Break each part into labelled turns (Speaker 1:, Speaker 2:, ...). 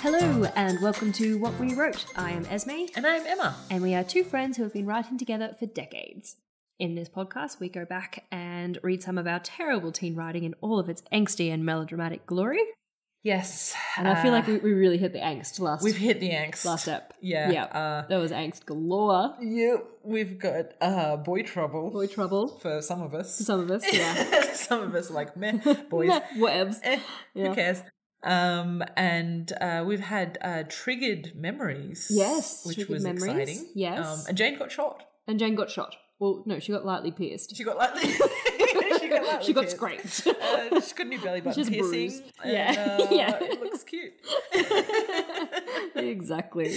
Speaker 1: Hello, and welcome to What We Wrote. I am Esme,
Speaker 2: And I'm Emma.
Speaker 1: and we are two friends who have been writing together for decades. In this podcast, we go back and read some of our terrible teen writing in all of its angsty and melodramatic glory.
Speaker 2: Yes.
Speaker 1: And I feel
Speaker 2: uh,
Speaker 1: like we, we really hit the angst last
Speaker 2: we've hit the angst.
Speaker 1: last step.
Speaker 2: Yeah.
Speaker 1: Yeah.
Speaker 2: Uh,
Speaker 1: that was angst galore.
Speaker 2: yeah. We've got uh, boy trouble
Speaker 1: Boy trouble
Speaker 2: for some of us.
Speaker 1: for some of us. Yeah.
Speaker 2: some of us are like meh boys.
Speaker 1: Nah, Whatevs.
Speaker 2: Eh,
Speaker 1: Yeah.
Speaker 2: Who cares? Um, and uh, we've had uh, triggered memories.
Speaker 1: Yes,
Speaker 2: which
Speaker 1: triggered
Speaker 2: was
Speaker 1: memories,
Speaker 2: exciting.
Speaker 1: yes.
Speaker 2: Um, and Jane got shot.
Speaker 1: And Jane got shot. Well, no, she got lightly pierced.
Speaker 2: She got lightly. she got lightly
Speaker 1: She got
Speaker 2: pierced.
Speaker 1: scraped.
Speaker 2: Uh, she's got a new belly button
Speaker 1: Just bruised.
Speaker 2: piercing. and,
Speaker 1: Yeah.
Speaker 2: uh,
Speaker 1: Yeah.
Speaker 2: It looks cute.
Speaker 1: exactly.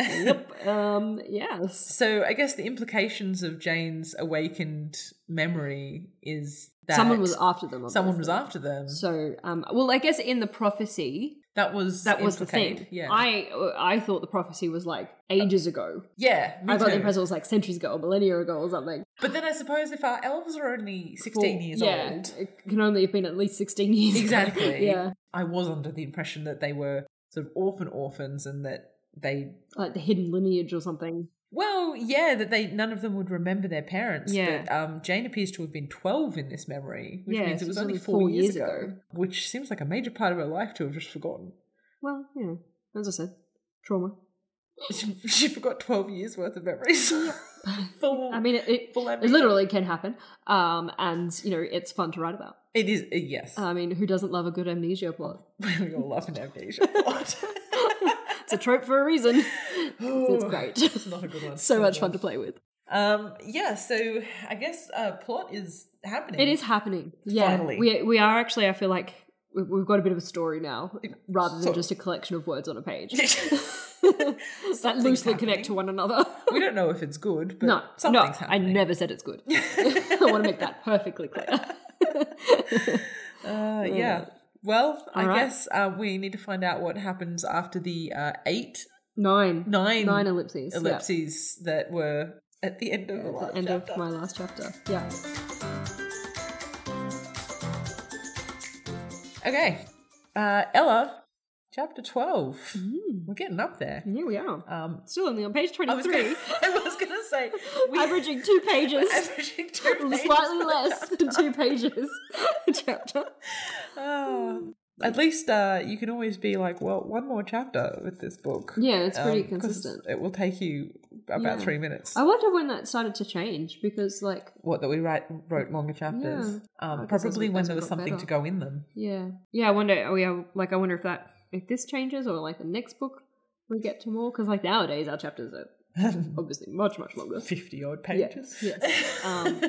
Speaker 1: Yep. Um, yes.
Speaker 2: So I guess the implications of Jane's awakened memory is that
Speaker 1: someone was after them.
Speaker 2: someone was
Speaker 1: obviously.
Speaker 2: after them.
Speaker 1: So, um, well, I guess in the prophecy,
Speaker 2: that was
Speaker 1: that was the
Speaker 2: implicated.
Speaker 1: thing.
Speaker 2: Yeah,
Speaker 1: I I thought the prophecy was like ages ago.
Speaker 2: yeah. Me
Speaker 1: I got
Speaker 2: too.
Speaker 1: the impression it was like centuries ago or millennia ago or something.
Speaker 2: But then I suppose if our elves are only sixteen
Speaker 1: Well,
Speaker 2: years
Speaker 1: yeah,
Speaker 2: old,
Speaker 1: It can only have been at least 16 years ago.
Speaker 2: exactly.
Speaker 1: yeah.
Speaker 2: I was under the impression that they were sort of orphan orphans and that they.
Speaker 1: Like the hidden lineage or something.
Speaker 2: Well, yeah, that they none of them would remember their parents.
Speaker 1: Yeah.
Speaker 2: But um, Jane appears to have been twelve in this memory, which
Speaker 1: Yeah,
Speaker 2: means
Speaker 1: so
Speaker 2: it was
Speaker 1: it's
Speaker 2: only four, years, ago,
Speaker 1: ago.
Speaker 2: which seems like a major part of her life to have just forgotten.
Speaker 1: Well, you know, as I said, trauma.
Speaker 2: She, she forgot 12 years worth of memories. full,
Speaker 1: I mean, it, it,
Speaker 2: full
Speaker 1: it literally can happen. Um, and, you know, it's fun to write about.
Speaker 2: It is, uh, yes.
Speaker 1: I mean, who doesn't love a good amnesia plot?
Speaker 2: we all love an amnesia plot.
Speaker 1: It's a trope for a reason.
Speaker 2: Ooh,
Speaker 1: great.
Speaker 2: It's not a good one.
Speaker 1: so
Speaker 2: Not a
Speaker 1: much
Speaker 2: good
Speaker 1: fun
Speaker 2: one.
Speaker 1: to play with.
Speaker 2: Um, yeah, so I guess uh, plot is happening.
Speaker 1: It is happening. Yeah,
Speaker 2: Finally.
Speaker 1: we we are actually. I feel like we- we've got a bit of a story now, rather than
Speaker 2: Sort of.
Speaker 1: just a collection of words on a page that
Speaker 2: Something's
Speaker 1: loosely connect to
Speaker 2: happening.
Speaker 1: one another.
Speaker 2: We don't know if it's good, but
Speaker 1: no, no,
Speaker 2: something's happening.
Speaker 1: I never said it's good. I want to make that perfectly clear.
Speaker 2: Uh, yeah. Well, I
Speaker 1: All right.
Speaker 2: guess uh, we need to find out what happens after the uh, eight,
Speaker 1: Nine,
Speaker 2: nine,
Speaker 1: nine ellipses. yeah.
Speaker 2: ellipses that were at the end of the
Speaker 1: At
Speaker 2: last
Speaker 1: the end
Speaker 2: chapter.
Speaker 1: of my last chapter. Yeah.
Speaker 2: Okay. Uh, Ella, chapter 12.
Speaker 1: Mm-hmm.
Speaker 2: We're getting up there.
Speaker 1: And Hmm, here we are.
Speaker 2: Um,
Speaker 1: Still only on page
Speaker 2: I was
Speaker 1: 23,
Speaker 2: gonna, I was gonna say, we
Speaker 1: averaging two pages.
Speaker 2: averaging two pages.
Speaker 1: Slightly less than two pages a chapter.
Speaker 2: Oh. At least uh, you can always be like, well, one more chapter with this book.
Speaker 1: Yeah, it's pretty
Speaker 2: Um, 'cause
Speaker 1: consistent.
Speaker 2: It will take you about
Speaker 1: Yeah. Oh.
Speaker 2: three minutes.
Speaker 1: I wonder when that started to change because, like,
Speaker 2: What, that we write, wrote longer chapters? Um,
Speaker 1: I guess as
Speaker 2: probably
Speaker 1: we-
Speaker 2: when
Speaker 1: as
Speaker 2: there
Speaker 1: we
Speaker 2: was
Speaker 1: got
Speaker 2: something
Speaker 1: better.
Speaker 2: to go in them.
Speaker 1: yeah, yeah. I wonder. Oh, yeah. Like, I wonder if that if this changes or like the next book we get to more because, like, nowadays our chapters are obviously much much longer.
Speaker 2: 50 odd
Speaker 1: Yeah,
Speaker 2: pages.
Speaker 1: yes. Um,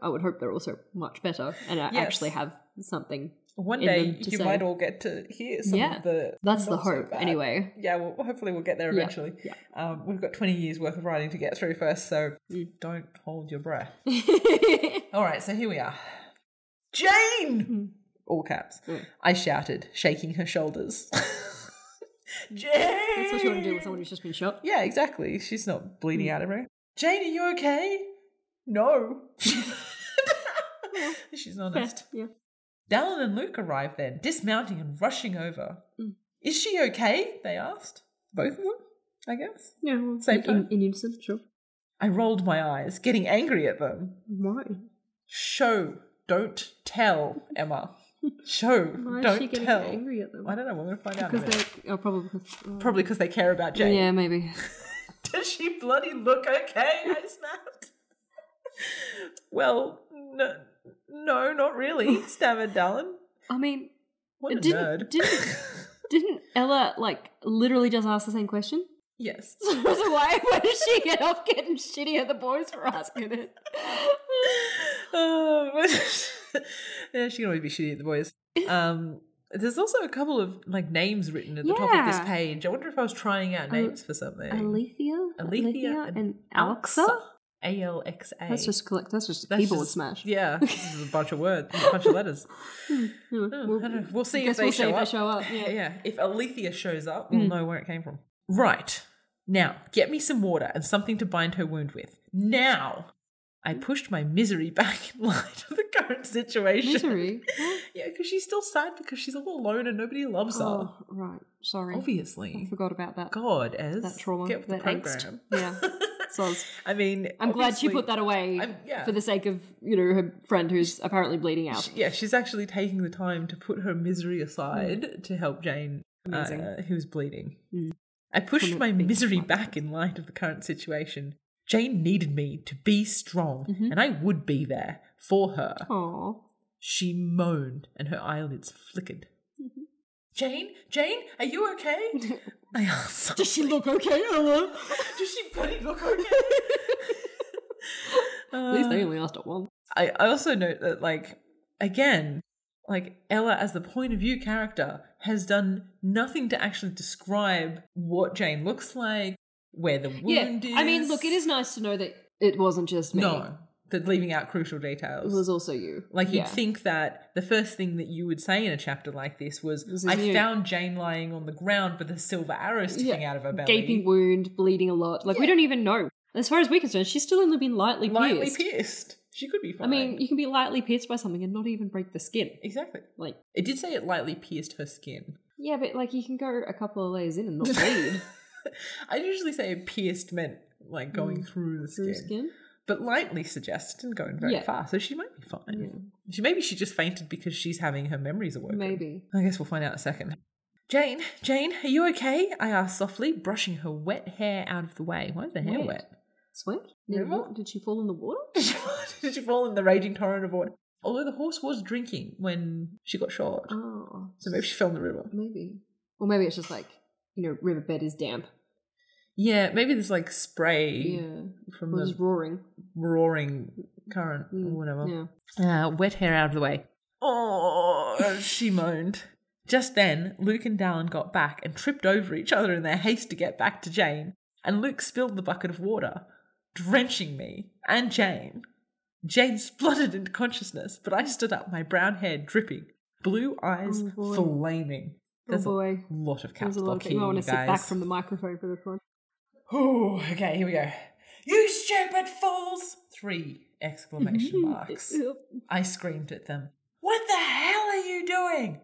Speaker 1: I would hope they're also much better and I
Speaker 2: Yes.
Speaker 1: actually have something.
Speaker 2: One
Speaker 1: in
Speaker 2: day
Speaker 1: them to
Speaker 2: you
Speaker 1: say.
Speaker 2: might all get to hear some
Speaker 1: Yeah.
Speaker 2: of the.
Speaker 1: That's the
Speaker 2: not so
Speaker 1: hope,
Speaker 2: bad.
Speaker 1: anyway.
Speaker 2: Yeah, well, hopefully we'll get there
Speaker 1: Yeah,
Speaker 2: eventually. Um, we've got 20 years worth of writing to get through first, so
Speaker 1: Mm.
Speaker 2: don't hold your breath. All right, so here we are.
Speaker 1: Mm-hmm.
Speaker 2: Jane! All caps.
Speaker 1: Mm.
Speaker 2: I shouted, shaking her shoulders. Jane!
Speaker 1: That's what you want to do with Mm. someone who's just been shot.
Speaker 2: Yeah, exactly. She's not bleeding out of her. Jane, are you okay? No. She's honest.
Speaker 1: Yeah.
Speaker 2: Dallin and Luke arrive then, dismounting and rushing over.
Speaker 1: Mm.
Speaker 2: Is she okay? They asked. Both of them, I guess.
Speaker 1: Yeah. Well,
Speaker 2: Same
Speaker 1: in,
Speaker 2: time.
Speaker 1: in unison, sure.
Speaker 2: I rolled my eyes, getting angry at them.
Speaker 1: Why?
Speaker 2: Show, don't tell, Emma. Show,
Speaker 1: Why is she
Speaker 2: don't
Speaker 1: getting
Speaker 2: tell.
Speaker 1: angry at them?
Speaker 2: I don't know, we're going to find out. in a
Speaker 1: Because
Speaker 2: minute.
Speaker 1: they are probably. uh,
Speaker 2: Probably because they care about Jane.
Speaker 1: Yeah, maybe.
Speaker 2: Does she bloody look okay? I snapped. well, no, no, not really, stammered Dallin.
Speaker 1: I mean,
Speaker 2: What a
Speaker 1: didn't-
Speaker 2: nerd.
Speaker 1: didn't- Didn't Ella like literally just ask the same question?
Speaker 2: yes.
Speaker 1: So why why did she get off getting shitty at the boys for asking it?
Speaker 2: Oh, yeah, she can always be shitty at the boys. Um, there's also a couple of like names written at the top of this
Speaker 1: Yeah.
Speaker 2: page. I wonder if I was trying out names for something.
Speaker 1: Alethea,
Speaker 2: Alethea and
Speaker 1: and Alexa.
Speaker 2: A L X A.
Speaker 1: That's just collect. That's just
Speaker 2: That's
Speaker 1: keyboard
Speaker 2: just-
Speaker 1: smash.
Speaker 2: Yeah, this is a bunch of words, a bunch of letters.
Speaker 1: Hmm,
Speaker 2: Oh,
Speaker 1: we'll-
Speaker 2: I don't know. We'll see if
Speaker 1: guess
Speaker 2: they
Speaker 1: we'll see
Speaker 2: show
Speaker 1: if
Speaker 2: up.
Speaker 1: they show up.
Speaker 2: Yeah.
Speaker 1: Yeah. Hmm.
Speaker 2: if Alethea shows up, we'll know where it came from. Right. Now, get me some water and something to bind her wound with. Now! I
Speaker 1: Hmm.
Speaker 2: pushed my misery back in light of the current situation.
Speaker 1: Misery.
Speaker 2: Yeah, because she's still sad because she's all alone and nobody loves her.
Speaker 1: oh, right. Sorry. I
Speaker 2: Obviously.
Speaker 1: forgot about that.
Speaker 2: God, as
Speaker 1: That trauma,
Speaker 2: get with the
Speaker 1: that angst.
Speaker 2: program.
Speaker 1: Yeah. Soz.
Speaker 2: I mean,
Speaker 1: I'm glad she
Speaker 2: obviously-
Speaker 1: put that away
Speaker 2: I'm- yeah.
Speaker 1: for the sake of, you know, her friend who's apparently bleeding out.
Speaker 2: Yeah, she's actually taking the time to put her misery aside to help Jane,
Speaker 1: Mm. Amazing.
Speaker 2: uh, who's bleeding.
Speaker 1: Mm.
Speaker 2: I pushed
Speaker 1: From
Speaker 2: my
Speaker 1: it being
Speaker 2: misery
Speaker 1: fine.
Speaker 2: back in light of the current situation. Jane needed me to be strong,
Speaker 1: Mhm.
Speaker 2: and I would be there for her.
Speaker 1: Oh.
Speaker 2: She moaned, and her eyelids flickered. Jane, Jane, are you okay? I asked.
Speaker 1: Does she look okay, Ella?
Speaker 2: Does she bloody look okay?
Speaker 1: At least they only lasted one.
Speaker 2: Uh, I, I also note that like again like ella as the point of view character has done nothing to actually describe what jane looks like where the wound is
Speaker 1: I mean, look, it is nice to know that it wasn't just me.
Speaker 2: no that leaving out crucial
Speaker 1: It
Speaker 2: details
Speaker 1: was also you.
Speaker 2: like you'd
Speaker 1: yeah.
Speaker 2: think that the first thing that you would say in a chapter like this was
Speaker 1: This is
Speaker 2: i
Speaker 1: you."
Speaker 2: found jane lying on the ground with a silver arrow sticking out of her belly
Speaker 1: Gaping wound, bleeding a lot. Like, we don't even know. As far as we're concerned, she's still only been lightly,
Speaker 2: lightly
Speaker 1: pierced.
Speaker 2: pierced. she could be
Speaker 1: I
Speaker 2: fine
Speaker 1: mean, you can be lightly pierced by something and not even break the skin.
Speaker 2: exactly
Speaker 1: Like,
Speaker 2: it did say it lightly pierced her skin
Speaker 1: yeah, but like you can go a couple of layers in and not bleed
Speaker 2: I usually say pierced meant like going through the
Speaker 1: Mm. through
Speaker 2: skin,
Speaker 1: skin.
Speaker 2: but lightly suggests and going very
Speaker 1: Yeah.
Speaker 2: far, so she might be fine. She maybe she just fainted because she's having her memories awoken.
Speaker 1: Maybe.
Speaker 2: I guess we'll find out in a second. Jane, Jane, are you okay? I asked softly, brushing her wet hair out of the way. Why is her hair
Speaker 1: Wet.
Speaker 2: wet?
Speaker 1: Sweat? Did,
Speaker 2: River?
Speaker 1: what? Did she fall in the water?
Speaker 2: Did she fall in the raging torrent of water? Although the horse was drinking when she got shot,
Speaker 1: Oh,
Speaker 2: so maybe she fell in the river.
Speaker 1: maybe. Or maybe it's just like you know, riverbed is damp.
Speaker 2: Yeah, maybe there's like spray
Speaker 1: Yeah,
Speaker 2: from
Speaker 1: it was
Speaker 2: the
Speaker 1: roaring.
Speaker 2: roaring current or
Speaker 1: Mm,
Speaker 2: whatever.
Speaker 1: Yeah.
Speaker 2: Uh, wet hair out of the way. Oh, she moaned. Just then, Luke and Dallin got back and tripped over each other in their haste to get back to Jane, and Luke spilled the bucket of water, drenching me and Jane. Jane spluttered into consciousness, but I stood up, my brown hair dripping, blue eyes
Speaker 1: Oh, boy.
Speaker 2: flaming. There's
Speaker 1: oh boy,
Speaker 2: a lot of caps
Speaker 1: there's a lot
Speaker 2: lock
Speaker 1: of
Speaker 2: here,
Speaker 1: things. I want
Speaker 2: you
Speaker 1: to sit back
Speaker 2: guys.
Speaker 1: from the microphone for this one.
Speaker 2: Ooh, okay, here we go. You stupid fools! Three exclamation marks. I screamed at them. What the hell are you doing?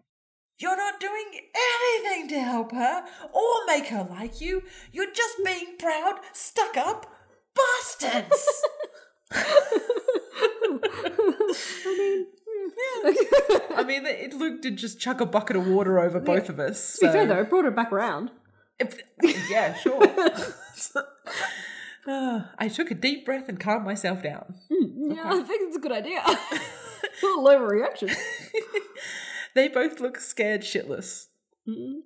Speaker 2: You're not doing anything to help her or make her like you. You're just being proud, stuck up bastards.
Speaker 1: I mean, yeah.
Speaker 2: I mean, it, Luke did just chuck a bucket of water over both of us.
Speaker 1: to be fair
Speaker 2: so-
Speaker 1: though, it brought her back around.
Speaker 2: If- yeah, sure. Ah, I took a deep breath and calmed myself down.
Speaker 1: Yeah, I think it's a good idea. a little overreaction.
Speaker 2: They both looked scared shitless.
Speaker 1: Mm,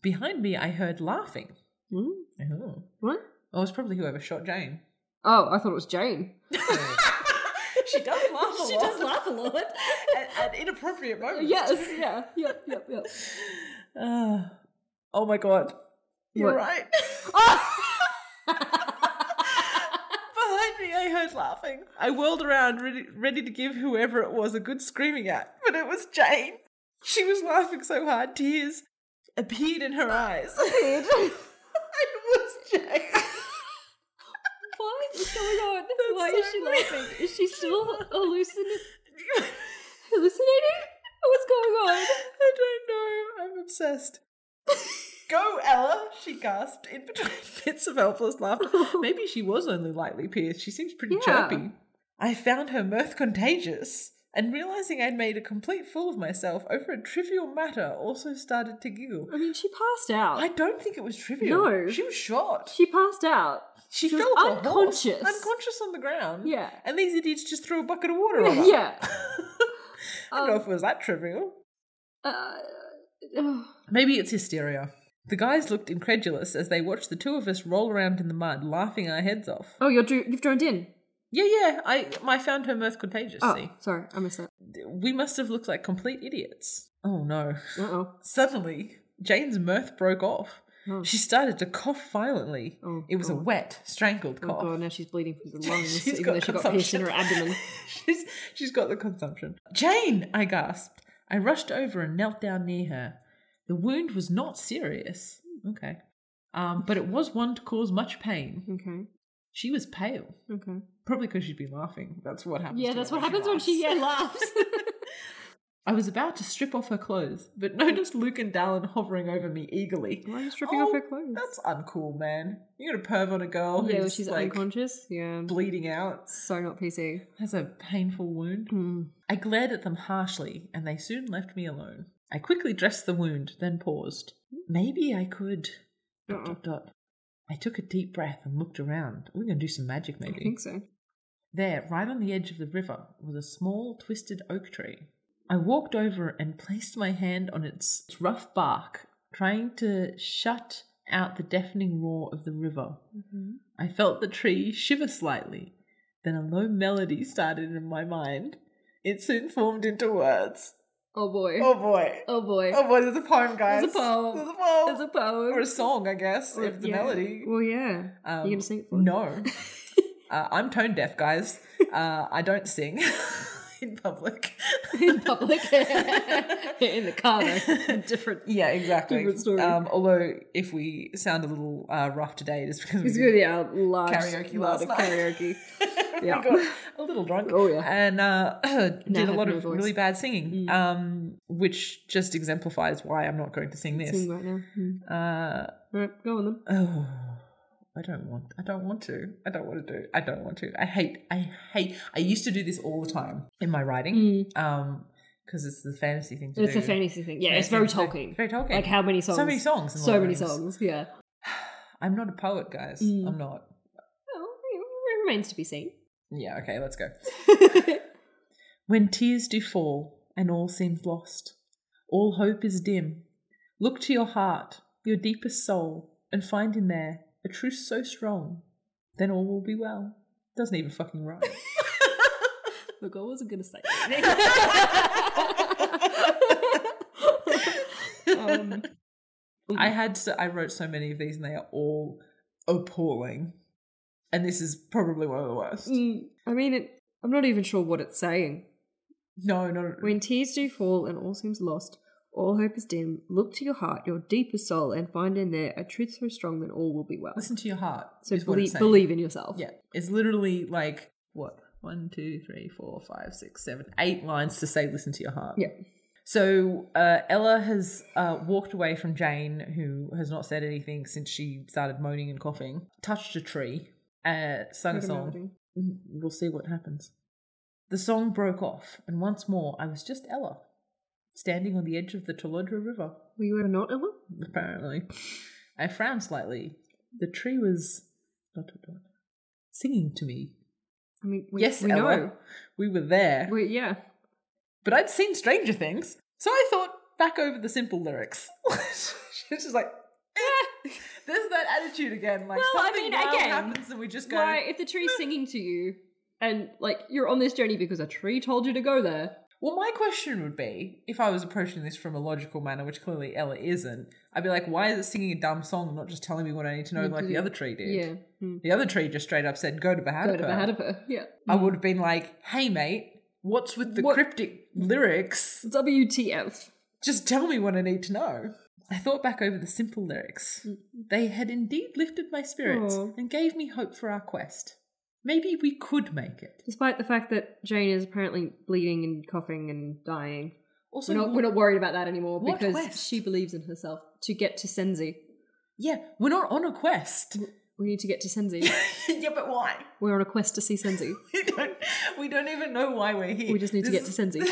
Speaker 2: Behind me, I heard laughing.
Speaker 1: mm.
Speaker 2: Oh,
Speaker 1: What?
Speaker 2: oh it's probably whoever shot Jane.
Speaker 1: Oh, I thought it was Jane.
Speaker 2: she does laugh a lot.
Speaker 1: laugh a lot.
Speaker 2: at, at inappropriate moments.
Speaker 1: yes, yeah, yep, yep, yep.
Speaker 2: Ah. oh my god. You're
Speaker 1: What?
Speaker 2: right. Behind me, I heard laughing. I whirled around, ready, ready to give whoever it was a good screaming at, but it was Jane. She was laughing so hard, tears appeared in her eyes.
Speaker 1: Appeared?
Speaker 2: it was Jane.
Speaker 1: what is going on? Oh Why
Speaker 2: so
Speaker 1: is she
Speaker 2: weird.
Speaker 1: laughing? Is she still hallucinating? hallucinating? What's going on?
Speaker 2: I don't know. I'm obsessed. Go, Ella, she gasped in between fits of helpless laughter. Maybe she was only lightly pierced. She seems pretty
Speaker 1: Yeah.
Speaker 2: chirpy. I found her mirth contagious, and realizing I'd made a complete fool of myself over a trivial matter, also started to giggle.
Speaker 1: I mean, she passed out.
Speaker 2: I don't think it was trivial.
Speaker 1: No.
Speaker 2: She was shot.
Speaker 1: she passed out.
Speaker 2: She,
Speaker 1: she was
Speaker 2: fell off a horse,
Speaker 1: unconscious.
Speaker 2: unconscious on the ground.
Speaker 1: Yeah.
Speaker 2: And these idiots just threw a bucket of water on her.
Speaker 1: yeah.
Speaker 2: I don't know
Speaker 1: Um,
Speaker 2: if it was that trivial.
Speaker 1: uh, ugh.
Speaker 2: Maybe it's hysteria. The guys looked incredulous as they watched the two of us roll around in the mud, laughing our heads off.
Speaker 1: oh, you're dr- you've joined in.
Speaker 2: Yeah, yeah, I, I found her mirth contagious.
Speaker 1: Oh,
Speaker 2: See,
Speaker 1: sorry, I missed that.
Speaker 2: we must have looked like complete idiots. Oh no.
Speaker 1: Uh oh.
Speaker 2: Suddenly, Jane's mirth broke off.
Speaker 1: Oh.
Speaker 2: She started to cough violently.
Speaker 1: Oh,
Speaker 2: it was a
Speaker 1: God.
Speaker 2: wet, strangled
Speaker 1: Oh
Speaker 2: cough.
Speaker 1: god, now she's bleeding from the lungs,
Speaker 2: She's
Speaker 1: even though
Speaker 2: got
Speaker 1: she got pierced in her abdomen.
Speaker 2: she's, she's got the consumption. Jane, I gasped. I rushed over and knelt down near her. The wound was not serious. Okay. Um, but it was one to cause much pain.
Speaker 1: Okay.
Speaker 2: She was pale,
Speaker 1: Okay.
Speaker 2: probably because she'd been laughing. That's what happens.
Speaker 1: Yeah,
Speaker 2: to
Speaker 1: that's
Speaker 2: her
Speaker 1: what happens when she
Speaker 2: laughs.
Speaker 1: yeah, laughs.
Speaker 2: I was about to strip off her clothes, but noticed Luke and Dallin hovering over me eagerly.
Speaker 1: Why are you
Speaker 2: stripping off her
Speaker 1: clothes?
Speaker 2: That's uncool, man. You're gonna perv on a girl
Speaker 1: yeah, well,
Speaker 2: who's
Speaker 1: she's
Speaker 2: Oh, like
Speaker 1: unconscious. Yeah.
Speaker 2: bleeding out,
Speaker 1: So not PC.
Speaker 2: has a painful wound.
Speaker 1: Mm.
Speaker 2: I glared at them harshly, and they soon left me alone. I quickly dressed the wound, then paused. Maybe I could. Dot,
Speaker 1: Uh-uh.
Speaker 2: dot, dot. I took a deep breath and looked around. We're going to do some magic,
Speaker 1: I
Speaker 2: maybe.
Speaker 1: think so.
Speaker 2: There, right on the edge of the river, was a small, twisted oak tree. I walked over and placed my hand on its rough bark, trying to shut out the deafening roar of the river. I felt the tree shiver slightly. Then a low melody started in my mind. It soon formed into words.
Speaker 1: Oh boy.
Speaker 2: Oh boy.
Speaker 1: Oh boy.
Speaker 2: Oh boy, there's a poem, guys.
Speaker 1: There's a poem.
Speaker 2: There's a poem.
Speaker 1: There's a poem.
Speaker 2: or a song, I guess,
Speaker 1: Or-
Speaker 2: if the
Speaker 1: yeah.
Speaker 2: melody.
Speaker 1: Well, yeah.
Speaker 2: Um,
Speaker 1: you gonna sing it for us?
Speaker 2: No. uh, I'm tone deaf, guys. Uh, I don't sing in public.
Speaker 1: in public, in the car, though. different.
Speaker 2: Yeah, exactly.
Speaker 1: Different story.
Speaker 2: Um, although if we sound a little uh, rough today, it is because we
Speaker 1: It's gonna be a large
Speaker 2: Karaoke
Speaker 1: lot
Speaker 2: last
Speaker 1: of
Speaker 2: night.
Speaker 1: karaoke.
Speaker 2: we
Speaker 1: yeah.
Speaker 2: got a little drunk.
Speaker 1: Oh, yeah.
Speaker 2: and uh, did
Speaker 1: Now
Speaker 2: a
Speaker 1: have
Speaker 2: lot
Speaker 1: no
Speaker 2: of
Speaker 1: voice.
Speaker 2: really bad singing,
Speaker 1: Mm.
Speaker 2: um, which just exemplifies why I'm not going to sing this.
Speaker 1: Sing right now. Mm.
Speaker 2: Uh,
Speaker 1: All right, go on then.
Speaker 2: Oh, I don't want. I don't want to. I don't want to do. I don't want to. I hate. I hate. I used to do this all the time in my writing,
Speaker 1: Mm.
Speaker 2: um, because it's the fantasy thing to
Speaker 1: It's
Speaker 2: do.
Speaker 1: a fantasy thing. Yeah, it's
Speaker 2: Fantasy
Speaker 1: very
Speaker 2: thing to do.
Speaker 1: Tolkien.
Speaker 2: Very Tolkien.
Speaker 1: Like how many songs?
Speaker 2: so many songs. in
Speaker 1: So
Speaker 2: Lord of
Speaker 1: many
Speaker 2: the Rings.
Speaker 1: songs. Yeah.
Speaker 2: I'm not a poet, guys.
Speaker 1: Mm.
Speaker 2: I'm not.
Speaker 1: Oh, it remains to be seen.
Speaker 2: Yeah. Okay. Let's go. When tears do fall and all seems lost, all hope is dim, look to your heart, your deepest soul, and find in there a truth so strong, then all will be well. Doesn't even fucking rhyme.
Speaker 1: Look, I wasn't gonna say. um,
Speaker 2: I had so, I wrote so many of these and they are all appalling. And this is probably one of the worst.
Speaker 1: mm, I mean, it, I'm not even sure what it's saying.
Speaker 2: No, no.
Speaker 1: When tears do fall and all seems lost, all hope is dim. Look to your heart, your deepest soul, and find in there a truth so strong that all will be well.
Speaker 2: listen to your heart.
Speaker 1: So
Speaker 2: is what
Speaker 1: believe,
Speaker 2: it's saying.
Speaker 1: believe in yourself.
Speaker 2: Yeah. It's literally like what? One, two, three, four, five, six, seven, eight lines to say listen to your heart.
Speaker 1: Yeah.
Speaker 2: So uh, Ella has uh, walked away from Jane, who has not said anything since she started moaning and coughing, touched a tree, uh, sung a
Speaker 1: Heard a
Speaker 2: song. Mm-hmm.
Speaker 1: melody.
Speaker 2: We'll see what happens. The song broke off, and once more I was just Ella, standing on the edge of the Tolodra River,
Speaker 1: Were you ever not Ella?
Speaker 2: apparently. I frowned slightly. The tree was dot, dot, dot, singing to me.
Speaker 1: I mean, we,
Speaker 2: yes,
Speaker 1: we
Speaker 2: Ella,
Speaker 1: know.
Speaker 2: we were there.
Speaker 1: We, yeah.
Speaker 2: But I'd seen Stranger Things, so I thought back over the simple lyrics. She's just like, eh. there's that attitude again. Like
Speaker 1: Well, I
Speaker 2: something
Speaker 1: mean,
Speaker 2: wild
Speaker 1: again,
Speaker 2: happens and we just go.
Speaker 1: Why, if the tree's singing to you, and like you're on this journey because a tree told you to go there,
Speaker 2: Well, my question would be, if I was approaching this from a logical manner, which clearly Ella isn't, I'd be like, why is it singing a dumb song and not just telling me what I need to know
Speaker 1: Yeah,
Speaker 2: like
Speaker 1: did
Speaker 2: the
Speaker 1: it-
Speaker 2: other tree did?
Speaker 1: yeah, hmm.
Speaker 2: The other tree just straight up said, go to
Speaker 1: go to
Speaker 2: Bahadapa.
Speaker 1: Bahadapa. Yeah.
Speaker 2: I would have been like, hey, mate, what's with the
Speaker 1: Hmm. What-
Speaker 2: cryptic lyrics?
Speaker 1: WTF.
Speaker 2: Just tell me what I need to know. I thought back over the simple lyrics. They had indeed lifted my spirits
Speaker 1: Hmm. Aw.
Speaker 2: and gave me hope for our quest. Maybe we could make it.
Speaker 1: Despite the fact that Jane is apparently bleeding and coughing and dying,
Speaker 2: Also,
Speaker 1: we're, not, we're not worried about that anymore
Speaker 2: What
Speaker 1: because
Speaker 2: quest?
Speaker 1: she believes in herself. To get to Senzi,
Speaker 2: yeah, we're not on a quest.
Speaker 1: we need to get to Senzi.
Speaker 2: yeah, but why?
Speaker 1: we're on a quest to see Senzi.
Speaker 2: We don't, we don't even know why we're here.
Speaker 1: We just need to
Speaker 2: This
Speaker 1: get to
Speaker 2: is-
Speaker 1: Senzi.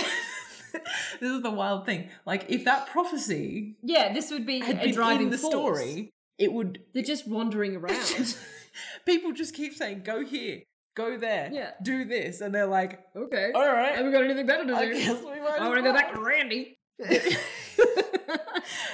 Speaker 2: this is the wild thing. Like, if that prophecy
Speaker 1: Yeah, this would be
Speaker 2: had
Speaker 1: a
Speaker 2: been
Speaker 1: driving
Speaker 2: in the
Speaker 1: force.
Speaker 2: story, it would.
Speaker 1: They're just wandering around.
Speaker 2: People just keep saying, "Go here, go there,
Speaker 1: Yeah.
Speaker 2: do this," and they're like,
Speaker 1: okay.
Speaker 2: "All right,
Speaker 1: Haven't got anything better to do.
Speaker 2: I guess we might
Speaker 1: I
Speaker 2: as
Speaker 1: want to go
Speaker 2: well."
Speaker 1: back to Randy.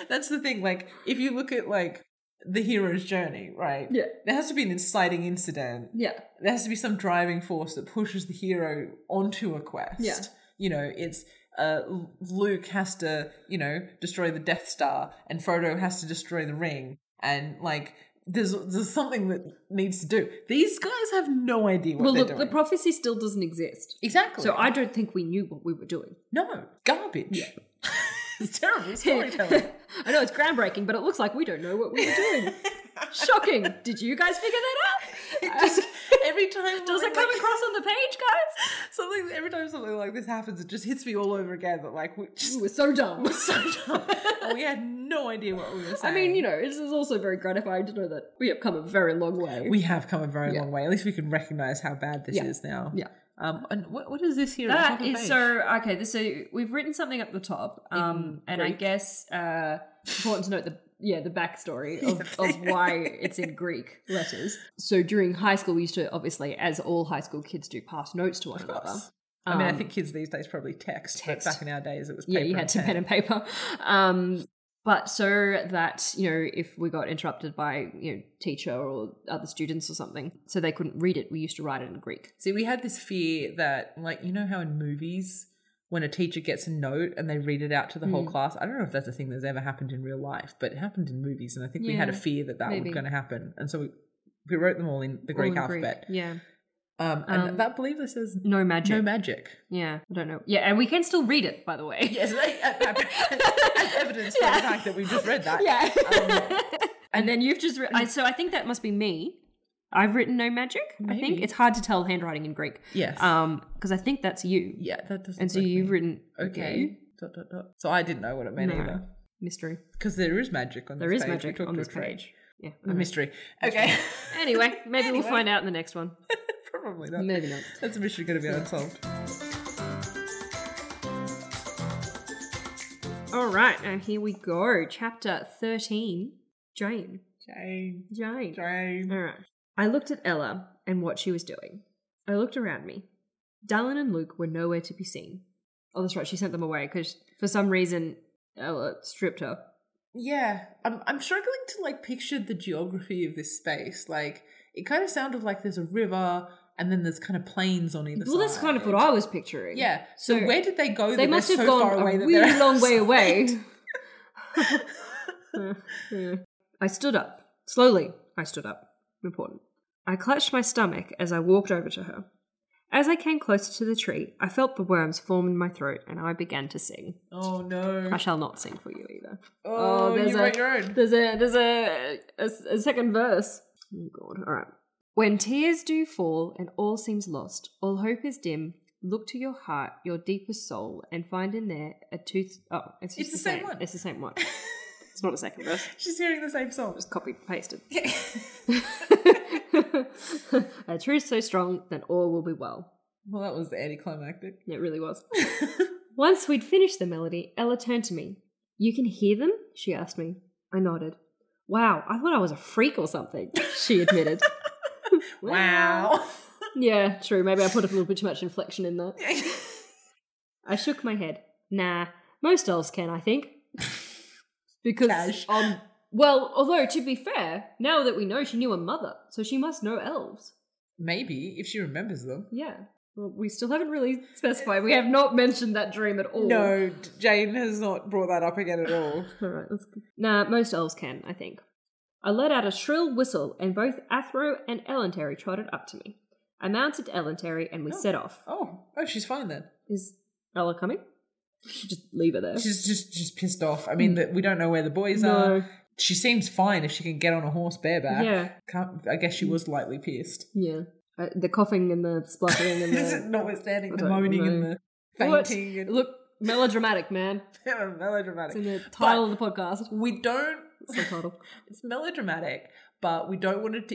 Speaker 2: That's the thing. Like, if you look at like the hero's journey, right?
Speaker 1: Yeah.
Speaker 2: There has to be an inciting incident.
Speaker 1: Yeah.
Speaker 2: There has to be some driving force that pushes the hero onto a quest.
Speaker 1: Yeah.
Speaker 2: You know, it's uh, L- Luke has to, you know, destroy the Death Star, and Frodo has to destroy the ring, and like. There's, there's something that needs to do. These guys have no idea what
Speaker 1: Well,
Speaker 2: they're
Speaker 1: look, the
Speaker 2: doing.
Speaker 1: prophecy still doesn't exist.
Speaker 2: exactly.
Speaker 1: So I don't think we knew what we were doing.
Speaker 2: no garbage. it's terrible storytelling.
Speaker 1: I know it's groundbreaking, but it looks like we don't know what we were doing. Shocking. Did you guys figure that out?
Speaker 2: It just every time
Speaker 1: Does
Speaker 2: we're
Speaker 1: it come
Speaker 2: like-
Speaker 1: across on the page, guys?
Speaker 2: something every time something like this happens, it just hits me all over again. That like we just
Speaker 1: We were so dumb.
Speaker 2: we're so dumb. and we had no idea what we were
Speaker 1: I
Speaker 2: saying.
Speaker 1: mean, you know, it is also very gratifying to know that we have come a very long way.
Speaker 2: we have come a very
Speaker 1: Yeah.
Speaker 2: long way. At least we can recognize how bad this
Speaker 1: Yeah.
Speaker 2: is now.
Speaker 1: Yeah.
Speaker 2: Um. And what, what is this here? at the top
Speaker 1: that
Speaker 2: of
Speaker 1: is
Speaker 2: page?
Speaker 1: so okay. This, so we've written something up the top, um,
Speaker 2: In
Speaker 1: and I
Speaker 2: Greek.
Speaker 1: guess uh, important to note the yeah the backstory of,
Speaker 2: Yeah.
Speaker 1: of why it's in Greek letters. So during high school, we used to obviously, as all high school kids do, pass notes to one
Speaker 2: Of
Speaker 1: another.
Speaker 2: course. I mean, I
Speaker 1: Um,
Speaker 2: think kids these days probably text,
Speaker 1: text.
Speaker 2: but back in our days it was
Speaker 1: yeah,
Speaker 2: paper
Speaker 1: you had
Speaker 2: and
Speaker 1: to pen and paper. Um, but so that you know, if we got interrupted by you know teacher or other students or something, so they couldn't read it, we used to write it in Greek.
Speaker 2: See, we had this fear that, like, you know how in movies, when a teacher gets a note and they read it out to the whole
Speaker 1: Mm.
Speaker 2: class, I don't know if that's a thing that's ever happened in real life, but it happened in movies, and I think we had a
Speaker 1: Yeah,
Speaker 2: fear that that
Speaker 1: maybe.
Speaker 2: was going to happen, and so we, we wrote them all in the Greek
Speaker 1: All in
Speaker 2: alphabet.
Speaker 1: Yeah,
Speaker 2: Um, and
Speaker 1: Um,
Speaker 2: that, I believe, this is
Speaker 1: no magic.
Speaker 2: no magic.
Speaker 1: Yeah, I don't know. Yeah, and we can still read it, by the way.
Speaker 2: Yes, uh, as evidence for the fact that we've just read that.
Speaker 1: Yeah.
Speaker 2: Um,
Speaker 1: and then you've just written. I, so I think that must be me. I've written no magic. I think
Speaker 2: Maybe.
Speaker 1: it's hard to tell handwriting in Greek,
Speaker 2: Yes.
Speaker 1: um, because I think that's you.
Speaker 2: yeah, that doesn't.
Speaker 1: And so
Speaker 2: look
Speaker 1: you've
Speaker 2: me.
Speaker 1: written
Speaker 2: okay. Dot, dot, dot. So I didn't know what it meant
Speaker 1: No.
Speaker 2: either.
Speaker 1: mystery.
Speaker 2: Because there is magic on
Speaker 1: There
Speaker 2: this
Speaker 1: is
Speaker 2: page. We
Speaker 1: magic
Speaker 2: talked
Speaker 1: on
Speaker 2: to a
Speaker 1: this
Speaker 2: tra-
Speaker 1: page. Yeah.
Speaker 2: A
Speaker 1: okay.
Speaker 2: mystery. Okay.
Speaker 1: Anyway, maybe we'll
Speaker 2: Anyway.
Speaker 1: find out in the next one.
Speaker 2: Probably not.
Speaker 1: Maybe not.
Speaker 2: That's a mystery going to be unsolved.
Speaker 1: All right, and here we go. Chapter thirteen. Jane.
Speaker 2: Jane.
Speaker 1: Jane.
Speaker 2: Jane.
Speaker 1: All right. I looked at Ella and what she was doing. I looked around me. Dallin and Luke were nowhere to be seen. Oh, that's right. She sent them away because for some reason Ella stripped her.
Speaker 2: Yeah. I'm, I'm struggling to like picture the geography of this space. Like, it kind of sounded like there's a river and then there's kind of plains on either side.
Speaker 1: well, that's kind of what I was picturing.
Speaker 2: Yeah. So,
Speaker 1: So
Speaker 2: where did they go?
Speaker 1: They
Speaker 2: that
Speaker 1: must
Speaker 2: they're
Speaker 1: have
Speaker 2: so
Speaker 1: gone
Speaker 2: far away
Speaker 1: a
Speaker 2: that
Speaker 1: really
Speaker 2: they're
Speaker 1: long way
Speaker 2: outside?
Speaker 1: away. I stood up. Slowly, I stood up. Important. I clutched my stomach as I walked over to her. As I came closer to the tree, I felt the worms form in my throat and I began to sing.
Speaker 2: oh no.
Speaker 1: I shall not sing for you either.
Speaker 2: Oh,
Speaker 1: there's
Speaker 2: you
Speaker 1: a-
Speaker 2: wrote your own.
Speaker 1: There's a there's a a, a second verse. Oh God! All right. When tears do fall and all seems lost, all hope is dim. Look to your heart, your deepest soul, and find in there a tooth. Oh, it's, just
Speaker 2: It's the same one.
Speaker 1: It's the same one. it's not a second verse.
Speaker 2: She's hearing the same song.
Speaker 1: Just copied and pasted.
Speaker 2: well,
Speaker 1: a truth so strong that all will be well.
Speaker 2: that was anticlimactic.
Speaker 1: It really was. Once we'd finished the melody, Ella turned to me. You can hear them? She asked me. I nodded. Wow, I thought I was a freak or something, she admitted.
Speaker 2: wow.
Speaker 1: Yeah, true. Maybe I put a little bit too much inflection in that. I shook my head. Nah, most elves can, I think. Because,
Speaker 2: Cash.
Speaker 1: um, well, although to be fair, now that we know she knew her mother, so she must know elves.
Speaker 2: Maybe if she remembers them.
Speaker 1: Yeah. Well, we still haven't really specified. We have not mentioned that dream at all.
Speaker 2: No, D- Jane has not brought that up again at all.
Speaker 1: All right, let's go. Nah, most elves can, I think. I let out a shrill whistle, and both Athro and Elentary trotted up to me. I mounted Elentary, and we
Speaker 2: Oh.
Speaker 1: set off.
Speaker 2: Oh, oh, she's fine then.
Speaker 1: Is Ella coming? Just leave her there.
Speaker 2: She's just just pissed off. I mean, that we don't know where the boys are.
Speaker 1: no.
Speaker 2: She seems fine if she can get on a horse bareback.
Speaker 1: Yeah,
Speaker 2: Can't, I guess she was lightly pierced.
Speaker 1: yeah. Uh, the coughing and the spluttering and the
Speaker 2: Notwithstanding the
Speaker 1: I don't
Speaker 2: moaning and
Speaker 1: know.
Speaker 2: the
Speaker 1: What?
Speaker 2: fainting and
Speaker 1: look melodramatic, man. It's in
Speaker 2: melodramatic.
Speaker 1: the title of the podcast.
Speaker 2: We don't.
Speaker 1: It's the title.
Speaker 2: It's melodramatic, but we don't want it to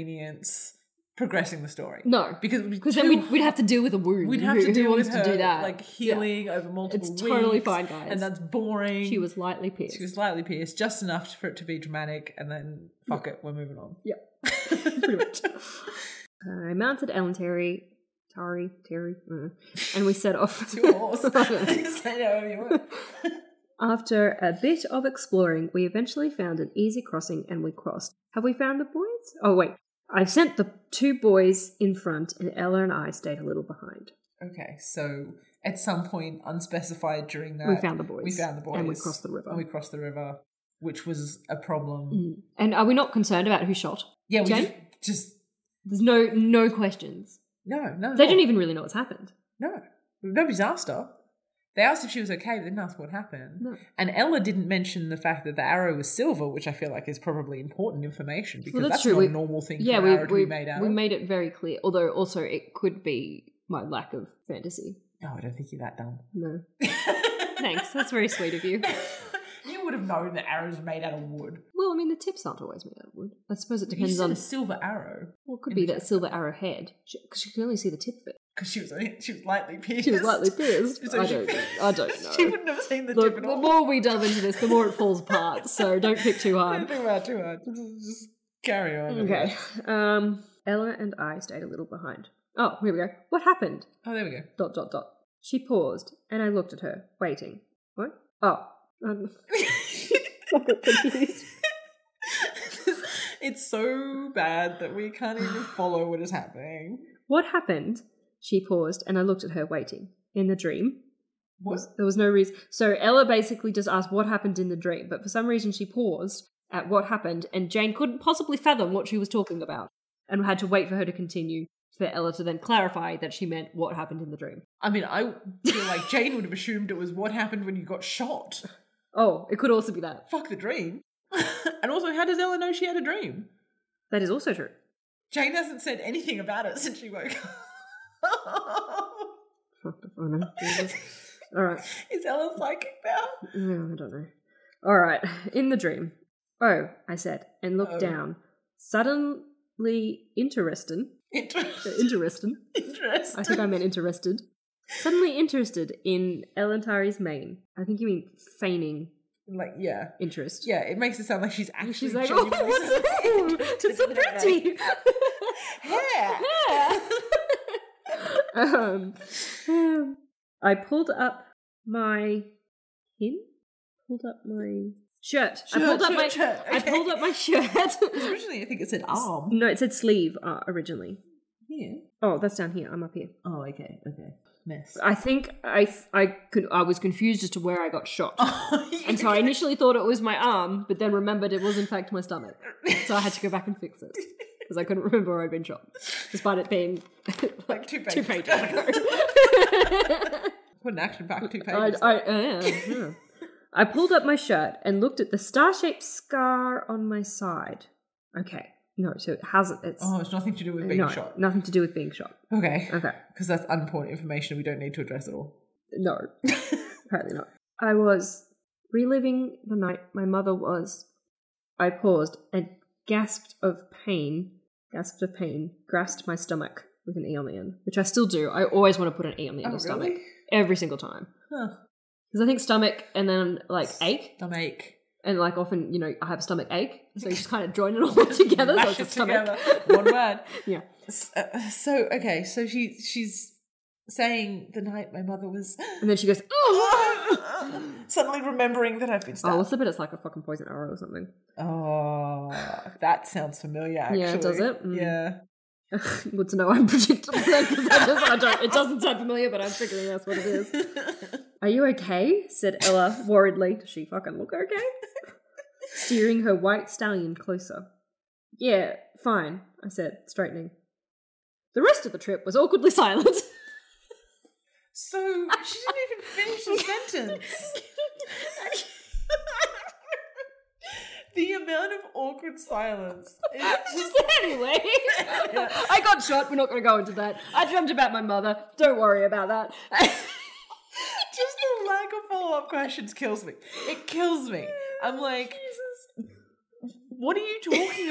Speaker 2: inconvenience progressing the story.
Speaker 1: No,
Speaker 2: because it'd be
Speaker 1: because then
Speaker 2: too
Speaker 1: we'd, we'd have to deal with a wound.
Speaker 2: We'd have
Speaker 1: Who-
Speaker 2: to
Speaker 1: who
Speaker 2: deal
Speaker 1: wants
Speaker 2: with her
Speaker 1: to do that.
Speaker 2: like healing over multiple
Speaker 1: It's
Speaker 2: weeks,
Speaker 1: totally fine, guys.
Speaker 2: and that's boring.
Speaker 1: she was lightly pierced.
Speaker 2: she was slightly pierced, just enough for it to be dramatic, and then fuck it, we're moving on.
Speaker 1: Yeah.
Speaker 2: pretty much.
Speaker 1: I mounted Ellen Terry, Tari, Terry, I don't know, and we set off.
Speaker 2: Two horse. Say that however you want.
Speaker 1: After a bit of exploring, we eventually found an easy crossing and we crossed. Have we found the boys? Oh, wait. I sent the two boys in front and Ella and I stayed a little behind.
Speaker 2: Okay, so at some point, unspecified during that,
Speaker 1: we found the boys.
Speaker 2: we found the boys,
Speaker 1: And we crossed the river.
Speaker 2: and we crossed the river, which was a problem.
Speaker 1: Mm. And are we not concerned about who shot?
Speaker 2: Yeah, we just,
Speaker 1: Jane?
Speaker 2: just
Speaker 1: There's no no questions.
Speaker 2: no, no,
Speaker 1: They don't even really know what's happened.
Speaker 2: no, no disaster. They asked if she was okay, but didn't ask what happened.
Speaker 1: No.
Speaker 2: And Ella didn't mention the fact that the arrow was silver, which I feel like is probably important information because
Speaker 1: that's
Speaker 2: that's,
Speaker 1: true.
Speaker 2: not
Speaker 1: We-
Speaker 2: a normal thing
Speaker 1: yeah,
Speaker 2: for
Speaker 1: we
Speaker 2: an arrow to
Speaker 1: we,
Speaker 2: be made out
Speaker 1: we
Speaker 2: of.
Speaker 1: made it very clear. Although also it could be my lack of fantasy.
Speaker 2: No, Oh, I don't think you're that dumb.
Speaker 1: No, thanks. That's very sweet of you.
Speaker 2: you would have known that arrows were made out of wood.
Speaker 1: Well, I mean the tips aren't always made out of wood. I suppose it
Speaker 2: you
Speaker 1: depends
Speaker 2: said
Speaker 1: on.
Speaker 2: a silver arrow
Speaker 1: Well, it could
Speaker 2: in
Speaker 1: be
Speaker 2: the
Speaker 1: that silver arrowhead because you can only see the tip of it.
Speaker 2: because she was only, she was lightly pierced.
Speaker 1: She was lightly pierced.
Speaker 2: So
Speaker 1: I
Speaker 2: she-
Speaker 1: don't. I don't know.
Speaker 2: she wouldn't have seen the,
Speaker 1: the,
Speaker 2: tip at
Speaker 1: the
Speaker 2: all.
Speaker 1: more we delve into this, the more it falls apart. So don't pick too
Speaker 2: Don't
Speaker 1: hard.
Speaker 2: think about it too hard. Just- Just carry on.
Speaker 1: Okay. Um, Ella and I stayed a little behind. Oh, here we go. What happened?
Speaker 2: Oh, there we go.
Speaker 1: Dot dot dot. She paused, and I looked at her, waiting. What? Oh, um, I got confused.
Speaker 2: it's so bad that we can't even follow what is happening.
Speaker 1: What happened? She paused, and I looked at her, waiting. In the dream,
Speaker 2: What?
Speaker 1: there was no reason. So Ella basically just asked what happened in the dream, but for some reason she paused at what happened, and Jane couldn't possibly fathom what she was talking about, and had to wait for her to continue for Ella to then clarify that she meant what happened in the dream.
Speaker 2: I mean, I feel like Jane would have assumed it was what happened when you got shot.
Speaker 1: Oh, it could also be that.
Speaker 2: Fuck the dream. and also, how does Ella know she had a dream?
Speaker 1: That is also true.
Speaker 2: Jane hasn't said anything about it since she woke up.
Speaker 1: Fuck if I know. Jesus. All right.
Speaker 2: is Ella psychic now?
Speaker 1: No, I don't know. All right. In the dream. Oh, I said, and looked
Speaker 2: Oh.
Speaker 1: down. Suddenly interested.
Speaker 2: Interesting.
Speaker 1: Interested. I think
Speaker 2: Interesting.
Speaker 1: I meant interested. Suddenly interested in Elantari's mane. I think you mean feigning
Speaker 2: Like, yeah.
Speaker 1: interest.
Speaker 2: Yeah, it makes it sound like she's actually.
Speaker 1: She's like, oh,
Speaker 2: genuinely
Speaker 1: what's
Speaker 2: sad."
Speaker 1: wrong? It's so pretty.
Speaker 2: Hair.
Speaker 1: um, I pulled up my pin. Pulled up my shirt. I pulled up my. I pulled up my shirt.
Speaker 2: Originally, I think it said arm.
Speaker 1: no, it said sleeve uh, originally.
Speaker 2: Yeah.
Speaker 1: Oh, that's down here. I'm up here.
Speaker 2: Oh, okay, okay. Mess.
Speaker 1: I think I I could, I was confused as to where I got shot.
Speaker 2: Oh, yeah.
Speaker 1: And so I initially thought it was my arm, but then remembered it was in fact my stomach. So I had to go back and fix it because I couldn't remember where I'd been shot, despite it being
Speaker 2: like two pages.
Speaker 1: two pages ago.
Speaker 2: What an action pack, two
Speaker 1: I,
Speaker 2: pages.
Speaker 1: I, uh, yeah. I pulled up my shirt and looked at the star shaped scar on my side. Okay. No, so it hasn't. It's
Speaker 2: oh, it's nothing to do with being
Speaker 1: no, Uh,
Speaker 2: shot.
Speaker 1: nothing to do with being shot.
Speaker 2: Okay.
Speaker 1: Okay.
Speaker 2: Because that's unimportant information we don't need to address at all.
Speaker 1: No, apparently not. I was reliving the night my mother was. I paused and gasped of pain, gasped of pain, grasped my stomach with an E on the end, which I still do. I always want to put an E on the end
Speaker 2: Oh,
Speaker 1: of stomach
Speaker 2: really?
Speaker 1: every single time.
Speaker 2: Huh.
Speaker 1: Because I think stomach and then like ache,
Speaker 2: Stomach.
Speaker 1: and like often, you know, I have a stomach ache, so you just kind of join it all together. so it's
Speaker 2: Mash
Speaker 1: a
Speaker 2: it
Speaker 1: stomach.
Speaker 2: together. One word.
Speaker 1: Yeah.
Speaker 2: S- uh, so okay, so she she's saying the night my mother was
Speaker 1: And then she goes,
Speaker 2: suddenly remembering that I've been
Speaker 1: oh,
Speaker 2: stabbed.
Speaker 1: what's the bit? It's like a fucking poison arrow or something.
Speaker 2: Oh, that sounds familiar. Actually,
Speaker 1: Yeah, does it? Mm.
Speaker 2: Yeah.
Speaker 1: Good to know I'm predictable then, 'cause I just, I don't, it doesn't sound familiar, but I'm figuring that's what it is. Are you okay? said Ella worriedly. Does she fucking look okay? Steering her white stallion closer. Yeah, fine, I said, straightening. The rest of the trip was awkwardly silent.
Speaker 2: so she didn't even finish the sentence. the amount of awkward silence. It's
Speaker 1: She
Speaker 2: just
Speaker 1: said, anyway, I got shot. We're not going to go into that. I dreamt about my mother. Don't worry about that.
Speaker 2: just the lack of follow up questions kills me. It kills me. I'm like, what are you talking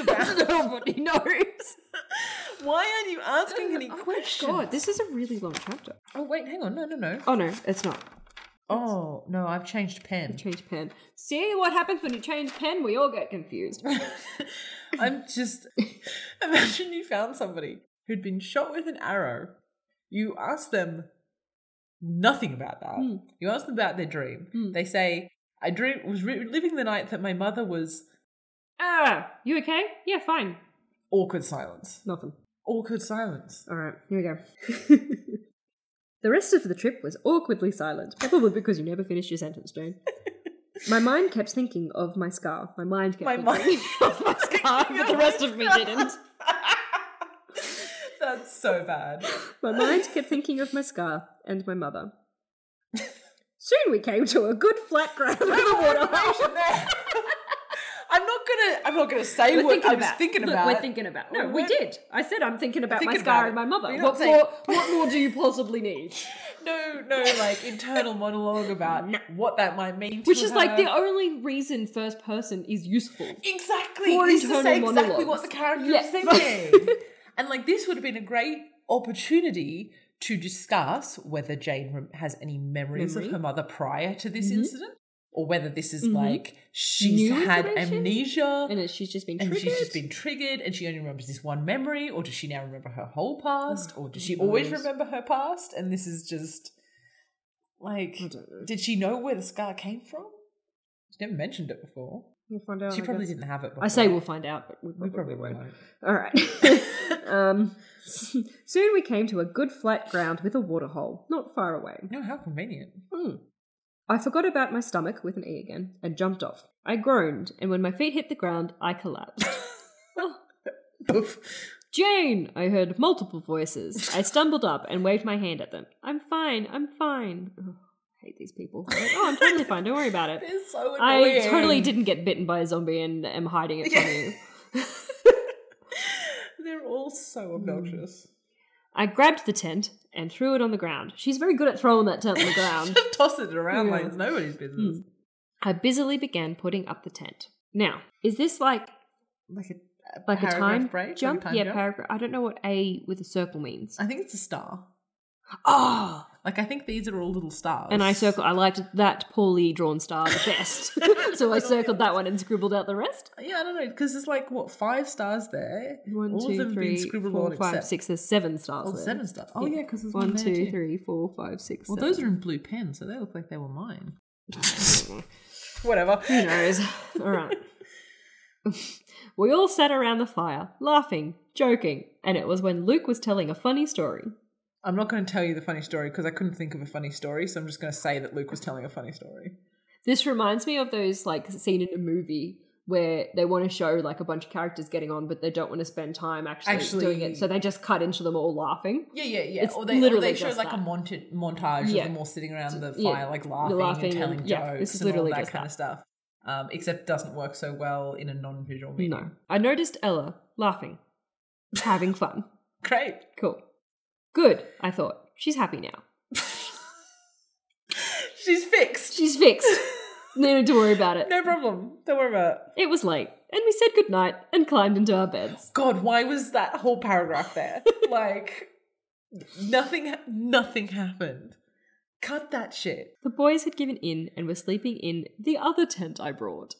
Speaker 2: about?
Speaker 1: Nobody knows.
Speaker 2: Why aren't you asking any
Speaker 1: Oh my
Speaker 2: questions?
Speaker 1: God, this is a really long chapter.
Speaker 2: Oh wait, hang on. No, no, no.
Speaker 1: Oh no, it's not.
Speaker 2: Oh no, I've changed pen.
Speaker 1: Change pen. See what happens when you change pen? We all get confused.
Speaker 2: I'm just imagine you found somebody who'd been shot with an arrow. You ask them nothing about that.
Speaker 1: Hmm.
Speaker 2: You ask them about their dream.
Speaker 1: Hmm.
Speaker 2: They say, "I dream was re- living the night that my mother was."
Speaker 1: Ah, you okay? Yeah, fine.
Speaker 2: Awkward silence.
Speaker 1: Nothing.
Speaker 2: Awkward silence.
Speaker 1: All right, here we go. the rest of the trip was awkwardly silent, probably because you never finished your sentence, Jane. My mind kept thinking of my scar. My mind kept
Speaker 2: My
Speaker 1: thinking
Speaker 2: mind-
Speaker 1: of my scar, but the rest of me didn't.
Speaker 2: That's so bad.
Speaker 1: My mind kept thinking of my scar and my mother. Soon we came to a good flat ground with a water hole.
Speaker 2: Information there. I'm not gonna. I'm not gonna say
Speaker 1: We're
Speaker 2: what
Speaker 1: thinking
Speaker 2: I was
Speaker 1: about.
Speaker 2: thinking
Speaker 1: Look,
Speaker 2: about.
Speaker 1: we're thinking about. No, we
Speaker 2: We're-
Speaker 1: did. I said I'm thinking about
Speaker 2: Thinking
Speaker 1: my scar
Speaker 2: about
Speaker 1: and
Speaker 2: it.
Speaker 1: my
Speaker 2: But
Speaker 1: mother.
Speaker 2: you're
Speaker 1: What
Speaker 2: not saying-
Speaker 1: more? What more do you possibly need?
Speaker 2: no, no, like internal monologue about
Speaker 1: No.
Speaker 2: what that might mean. To
Speaker 1: Which is like
Speaker 2: her.
Speaker 1: the only reason first person is useful.
Speaker 2: Exactly.
Speaker 1: For
Speaker 2: This is
Speaker 1: internal
Speaker 2: exactly what
Speaker 1: monologues.
Speaker 2: the character
Speaker 1: Yes.
Speaker 2: is thinking. and like this would have been a great opportunity to discuss whether Jane rem- has any memories
Speaker 1: Memory.
Speaker 2: of her mother prior to this
Speaker 1: Mhm.
Speaker 2: incident, or whether this is
Speaker 1: Mhm.
Speaker 2: like she's
Speaker 1: New
Speaker 2: had
Speaker 1: information?
Speaker 2: amnesia
Speaker 1: And it's, she's just been
Speaker 2: and
Speaker 1: triggered.
Speaker 2: she's just been triggered and she only remembers this one memory or does she now remember her whole past or does she always
Speaker 1: Oh, knows?
Speaker 2: remember her past and this is just like
Speaker 1: I don't know.
Speaker 2: did she know where the scar came from she never mentioned it before
Speaker 1: We'll find out.
Speaker 2: she
Speaker 1: Oh, I
Speaker 2: probably
Speaker 1: guess.
Speaker 2: didn't have it before.
Speaker 1: I say we'll find out, but we
Speaker 2: we
Speaker 1: probably,
Speaker 2: probably
Speaker 1: won't.
Speaker 2: won't
Speaker 1: All right. um, soon we came to a good flat ground with a waterhole, not far away.
Speaker 2: no how convenient
Speaker 1: Hmm. I forgot about my stomach with an E again and jumped off. I groaned, and when my feet hit the ground, I collapsed. Jane! I heard multiple voices. I stumbled up and waved my hand at them. I'm fine, I'm fine. Ugh, I hate these people. They're like, oh, I'm totally fine, don't worry about it.
Speaker 2: They're so
Speaker 1: I
Speaker 2: annoying.
Speaker 1: totally didn't get bitten by a zombie and am hiding it from
Speaker 2: Yeah.
Speaker 1: you.
Speaker 2: they're all so obnoxious
Speaker 1: I grabbed the tent and threw it on the ground. She's very good at throwing that tent on the ground.
Speaker 2: Just toss it around like
Speaker 1: Yeah.
Speaker 2: it's nobody's business
Speaker 1: I busily began putting up the tent. Now, is this like
Speaker 2: like a
Speaker 1: Hmm. like a
Speaker 2: paragraph
Speaker 1: time
Speaker 2: break like a
Speaker 1: jump?
Speaker 2: time
Speaker 1: yeah,
Speaker 2: jump?
Speaker 1: paragraph. I don't know what a with a circle means.
Speaker 2: i think it's a star
Speaker 1: Oh,
Speaker 2: like i think these are all little stars
Speaker 1: and I circle. I liked that poorly drawn star the best, so I circled that one and scribbled out the rest.
Speaker 2: Yeah, I don't know because there's like what five stars there.
Speaker 1: One,
Speaker 2: All of
Speaker 1: two,
Speaker 2: them being
Speaker 1: three,
Speaker 2: scribbled
Speaker 1: four,
Speaker 2: on
Speaker 1: five,
Speaker 2: except-
Speaker 1: six. There's seven stars.
Speaker 2: Oh,
Speaker 1: there.
Speaker 2: seven stars. Oh
Speaker 1: Yeah.
Speaker 2: yeah, because there's
Speaker 1: One,
Speaker 2: one, there
Speaker 1: two,
Speaker 2: too.
Speaker 1: three, four, five, six,
Speaker 2: Well,
Speaker 1: seven.
Speaker 2: those are in blue pen, so they look like they were mine. Whatever.
Speaker 1: Who knows? all right. we all sat around the fire, laughing, joking, and it was when Luke was telling a funny story.
Speaker 2: I'm not going to tell you the funny story because I couldn't think of a funny story, so I'm just going to say that Luke was telling a funny story.
Speaker 1: This reminds me of those like seen in a movie where they want to show like a bunch of characters getting on, but they don't want to spend time actually,
Speaker 2: Actually-
Speaker 1: doing it, so they just cut into them all laughing.
Speaker 2: Yeah, yeah, yeah.
Speaker 1: It's
Speaker 2: or they, or
Speaker 1: literally
Speaker 2: they show
Speaker 1: just
Speaker 2: like a
Speaker 1: that.
Speaker 2: monta- montage
Speaker 1: Yeah.
Speaker 2: of them all sitting around the fire,
Speaker 1: Yeah.
Speaker 2: like laughing,
Speaker 1: laughing
Speaker 2: and telling
Speaker 1: and-
Speaker 2: jokes
Speaker 1: yeah, this is
Speaker 2: and all
Speaker 1: literally
Speaker 2: that
Speaker 1: just
Speaker 2: kind
Speaker 1: that.
Speaker 2: of stuff. Um, except doesn't work so well in a non-visual medium.
Speaker 1: No, I noticed Ella laughing, having fun.
Speaker 2: Great.
Speaker 1: Cool, good. I thought she's happy now.
Speaker 2: She's fixed.
Speaker 1: She's fixed. no need to worry about it.
Speaker 2: No problem. Don't worry about it.
Speaker 1: It was late, and we said goodnight and climbed into our beds.
Speaker 2: God, why was that whole paragraph there? like nothing nothing happened. Cut that shit.
Speaker 1: The boys had given in and were sleeping in the other tent I brought.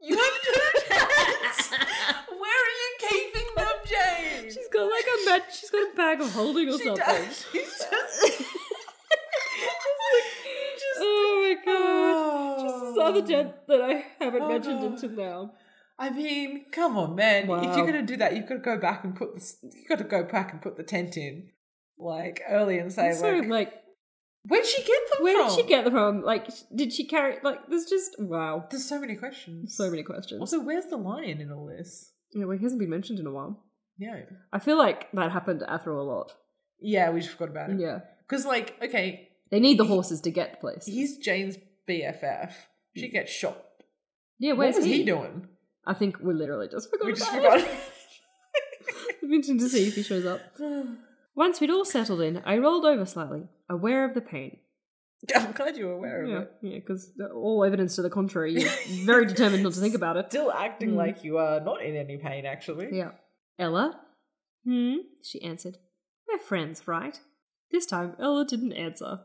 Speaker 2: You have two tents. Where are you keeping them, Jane?
Speaker 1: She's got like a mat- she's got a bag of holding or
Speaker 2: She
Speaker 1: something.
Speaker 2: does. She's just, just, just
Speaker 1: Oh my god. Just this other tent that I haven't
Speaker 2: Oh
Speaker 1: mentioned
Speaker 2: no.
Speaker 1: until now.
Speaker 2: Oh. I mean, come on, man. If
Speaker 1: Wow.
Speaker 2: you're gonna do that, you've got to go back and put the you got to go back and put the tent in, like early, and say,
Speaker 1: So
Speaker 2: like,
Speaker 1: like
Speaker 2: where'd she get them
Speaker 1: where
Speaker 2: from?
Speaker 1: did she get them from? Like did she carry like there's just wow.
Speaker 2: There's so many questions.
Speaker 1: So many questions.
Speaker 2: Also, where's the lion in all this?
Speaker 1: Yeah, well he hasn't been mentioned in a while.
Speaker 2: Yeah.
Speaker 1: I feel like that happened to Athro a lot.
Speaker 2: Yeah, we just forgot about it.
Speaker 1: Yeah.
Speaker 2: Because, like, okay,
Speaker 1: They need the horses to get the place.
Speaker 2: he's Jane's BFF. She gets shot.
Speaker 1: Yeah,
Speaker 2: What
Speaker 1: where's
Speaker 2: was he,
Speaker 1: he?
Speaker 2: doing?
Speaker 1: I think we literally just forgot
Speaker 2: We
Speaker 1: about
Speaker 2: just
Speaker 1: it.
Speaker 2: forgot.
Speaker 1: It'd be interesting to see if he shows up. Once we'd all settled in, I rolled over slightly, aware of the pain.
Speaker 2: I'm glad you were aware
Speaker 1: Yeah,
Speaker 2: of it.
Speaker 1: because all evidence to the contrary, you're very determined not to think about it.
Speaker 2: Still acting
Speaker 1: Mm.
Speaker 2: like you are not in any pain, actually.
Speaker 1: Yeah. Ella? Hmm? She answered. We're friends, right? This time, Ella didn't answer.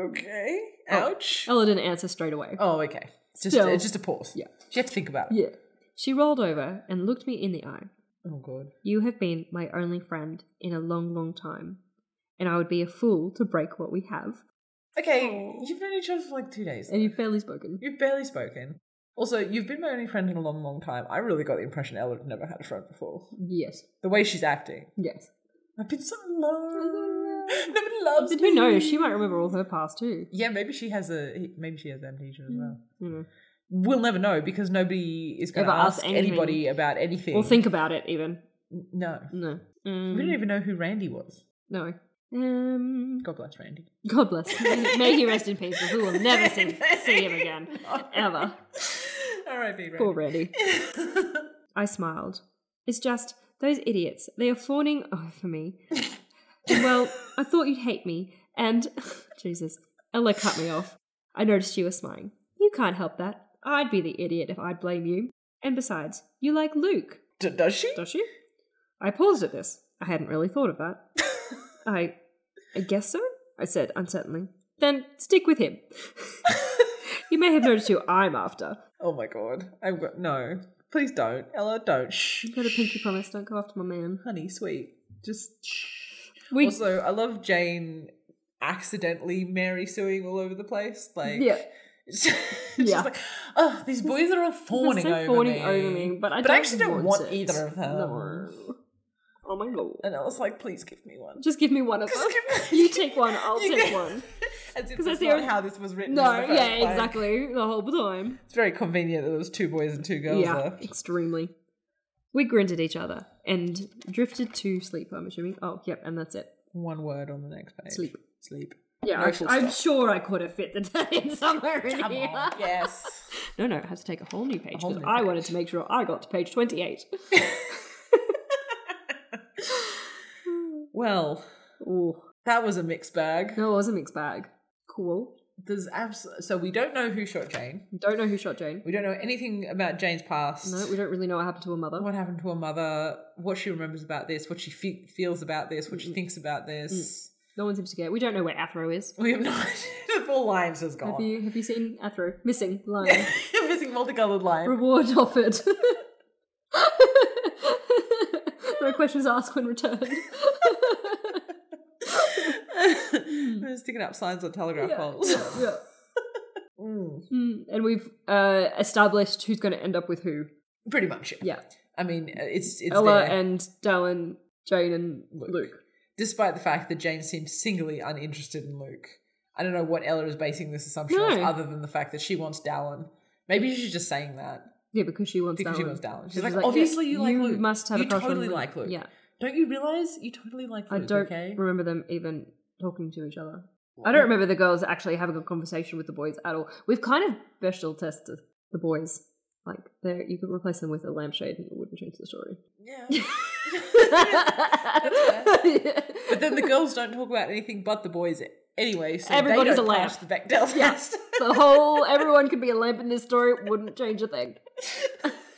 Speaker 2: Okay.
Speaker 1: Oh.
Speaker 2: Ouch. Oh,
Speaker 1: Ella didn't answer straight away.
Speaker 2: okay. It's just,
Speaker 1: Still.
Speaker 2: it's just a pause.
Speaker 1: Yeah.
Speaker 2: You have to think about it.
Speaker 1: Yeah. She rolled over and looked me in the eye.
Speaker 2: Oh, God.
Speaker 1: You have been my only friend in a long, long time, and I would be a fool to break what we have.
Speaker 2: Okay,
Speaker 1: Oh.
Speaker 2: you've known each other for like two days.
Speaker 1: And you've barely spoken.
Speaker 2: You've barely spoken. Also, you've been my only friend in a long, long time. I really got the impression Ella had never had a friend before.
Speaker 1: Yes.
Speaker 2: The way she's acting.
Speaker 1: Yes.
Speaker 2: I've been so alone. Nobody loves
Speaker 1: But
Speaker 2: me.
Speaker 1: who knows? She might remember all her past too.
Speaker 2: Yeah, maybe she has a maybe she has amnesia
Speaker 1: Hmm.
Speaker 2: as well.
Speaker 1: You know.
Speaker 2: We'll never know because nobody is going to
Speaker 1: Ever asked
Speaker 2: ask
Speaker 1: anything.
Speaker 2: anybody about anything.
Speaker 1: Or think about it even.
Speaker 2: N- no,
Speaker 1: No. Um,
Speaker 2: we don't even know who Randy was.
Speaker 1: No. Um,
Speaker 2: God bless Randy.
Speaker 1: God bless. May may he rest in peace. 'cause We will never see, see him again, ever.
Speaker 2: R.I.P. Randy.
Speaker 1: Poor Randy. I smiled. It's just those idiots. They are fawning over me. well, I thought you'd hate me, and Jesus, Ella cut me off. I noticed you were smiling. You can't help that. I'd be the idiot if I'd blame you. And besides, you like Luke,
Speaker 2: D- does she?
Speaker 1: don't you? I paused at this. I hadn't really thought of that. I, I guess so. I said uncertainly. Then stick with him. you may have noticed who I'm after.
Speaker 2: Oh my god. I've got no. Please don't, Ella. Don't. Shh.
Speaker 1: You got a pinky promise. Don't go after my man.
Speaker 2: honey, sweet. Just shh.
Speaker 1: We
Speaker 2: also, I love Jane accidentally Mary suing all over the place. Like,
Speaker 1: yeah.
Speaker 2: it's just,
Speaker 1: Yeah.
Speaker 2: like, oh, these boys are all fawning,
Speaker 1: They're so
Speaker 2: over,
Speaker 1: fawning
Speaker 2: me.
Speaker 1: over me, but I,
Speaker 2: But
Speaker 1: don't
Speaker 2: I actually don't want
Speaker 1: it.
Speaker 2: either of them.
Speaker 1: No. Oh my god!
Speaker 2: And I was like, please give me one.
Speaker 1: Just give me one of
Speaker 2: Just
Speaker 1: them.
Speaker 2: give me-
Speaker 1: You take one. I'll
Speaker 2: You
Speaker 1: take
Speaker 2: get-
Speaker 1: one.
Speaker 2: As if
Speaker 1: 'Cause
Speaker 2: that's
Speaker 1: that's the
Speaker 2: not
Speaker 1: only-
Speaker 2: how this was written.
Speaker 1: No,
Speaker 2: in the first
Speaker 1: yeah,
Speaker 2: place.
Speaker 1: exactly. The whole time.
Speaker 2: It's very convenient that there was two boys and two girls
Speaker 1: Yeah,
Speaker 2: left.
Speaker 1: extremely. We grinned at each other and drifted to sleep. I'm assuming. Oh, yep, and that's it.
Speaker 2: One word on the next page.
Speaker 1: Sleep.
Speaker 2: Sleep.
Speaker 1: Yeah,
Speaker 2: No
Speaker 1: I,
Speaker 2: full
Speaker 1: I'm
Speaker 2: stop.
Speaker 1: sure I could have fit the day in somewhere in
Speaker 2: Come
Speaker 1: here.
Speaker 2: on. Yes.
Speaker 1: No, no, I had to take a whole new page
Speaker 2: whole
Speaker 1: because
Speaker 2: new
Speaker 1: I wanted to make sure I got to page 28.
Speaker 2: well,
Speaker 1: Ooh,
Speaker 2: that was a mixed bag.
Speaker 1: no, it was a mixed bag. Cool.
Speaker 2: There's abs- so we don't know who shot Jane.
Speaker 1: Don't know who shot Jane.
Speaker 2: We don't know anything about Jane's past.
Speaker 1: No, we don't really know what happened to her mother.
Speaker 2: what happened to her mother, what she remembers about this, what she fe- feels about this, what
Speaker 1: Mm.
Speaker 2: she thinks about this.
Speaker 1: No one seems to care. We don't know where Athro is.
Speaker 2: We have no idea. The full lion's just
Speaker 1: Have
Speaker 2: gone.
Speaker 1: you have you seen Athro? Missing lion.
Speaker 2: Missing multicolored lion.
Speaker 1: Reward offered. no questions asked when returned.
Speaker 2: They're sticking up signs on telegraph
Speaker 1: Yeah,
Speaker 2: poles.
Speaker 1: yeah, yeah.
Speaker 2: Mm.
Speaker 1: Mm, and we've uh, established who's going to end up with who.
Speaker 2: Pretty much.
Speaker 1: Yeah,
Speaker 2: I mean, uh, it's it's
Speaker 1: Ella
Speaker 2: there,
Speaker 1: and Dallin, Jane and
Speaker 2: Luke.
Speaker 1: Luke.
Speaker 2: despite the fact that Jane seems singly uninterested in Luke. I don't know what Ella is basing this assumption on,
Speaker 1: No.
Speaker 2: other than the fact that she wants Dallin. Maybe she's just saying that
Speaker 1: Yeah, because she wants
Speaker 2: because
Speaker 1: Dallin.
Speaker 2: she wants Dallin. She's,
Speaker 1: She's
Speaker 2: like,
Speaker 1: like, yeah,
Speaker 2: obviously you like
Speaker 1: you
Speaker 2: Luke.
Speaker 1: must have a
Speaker 2: You
Speaker 1: crush on
Speaker 2: totally
Speaker 1: Luke."
Speaker 2: like Luke.
Speaker 1: Yeah.
Speaker 2: Don't you realize you totally like
Speaker 1: I
Speaker 2: Luke?
Speaker 1: don't
Speaker 2: okay?
Speaker 1: remember them even talking to each other. I don't remember the girls actually having a conversation with the boys at all. We've kind of special tested the boys. Like, there, you could replace them with a lampshade and it wouldn't change the story.
Speaker 2: Yeah. but
Speaker 1: but
Speaker 2: then the girls don't talk about anything but the boys anyway. So
Speaker 1: Everybody's
Speaker 2: they don't
Speaker 1: a lamp.
Speaker 2: pass the Bechdel
Speaker 1: Yeah.
Speaker 2: test.
Speaker 1: the whole everyone could be a lamp in this story it wouldn't change a thing.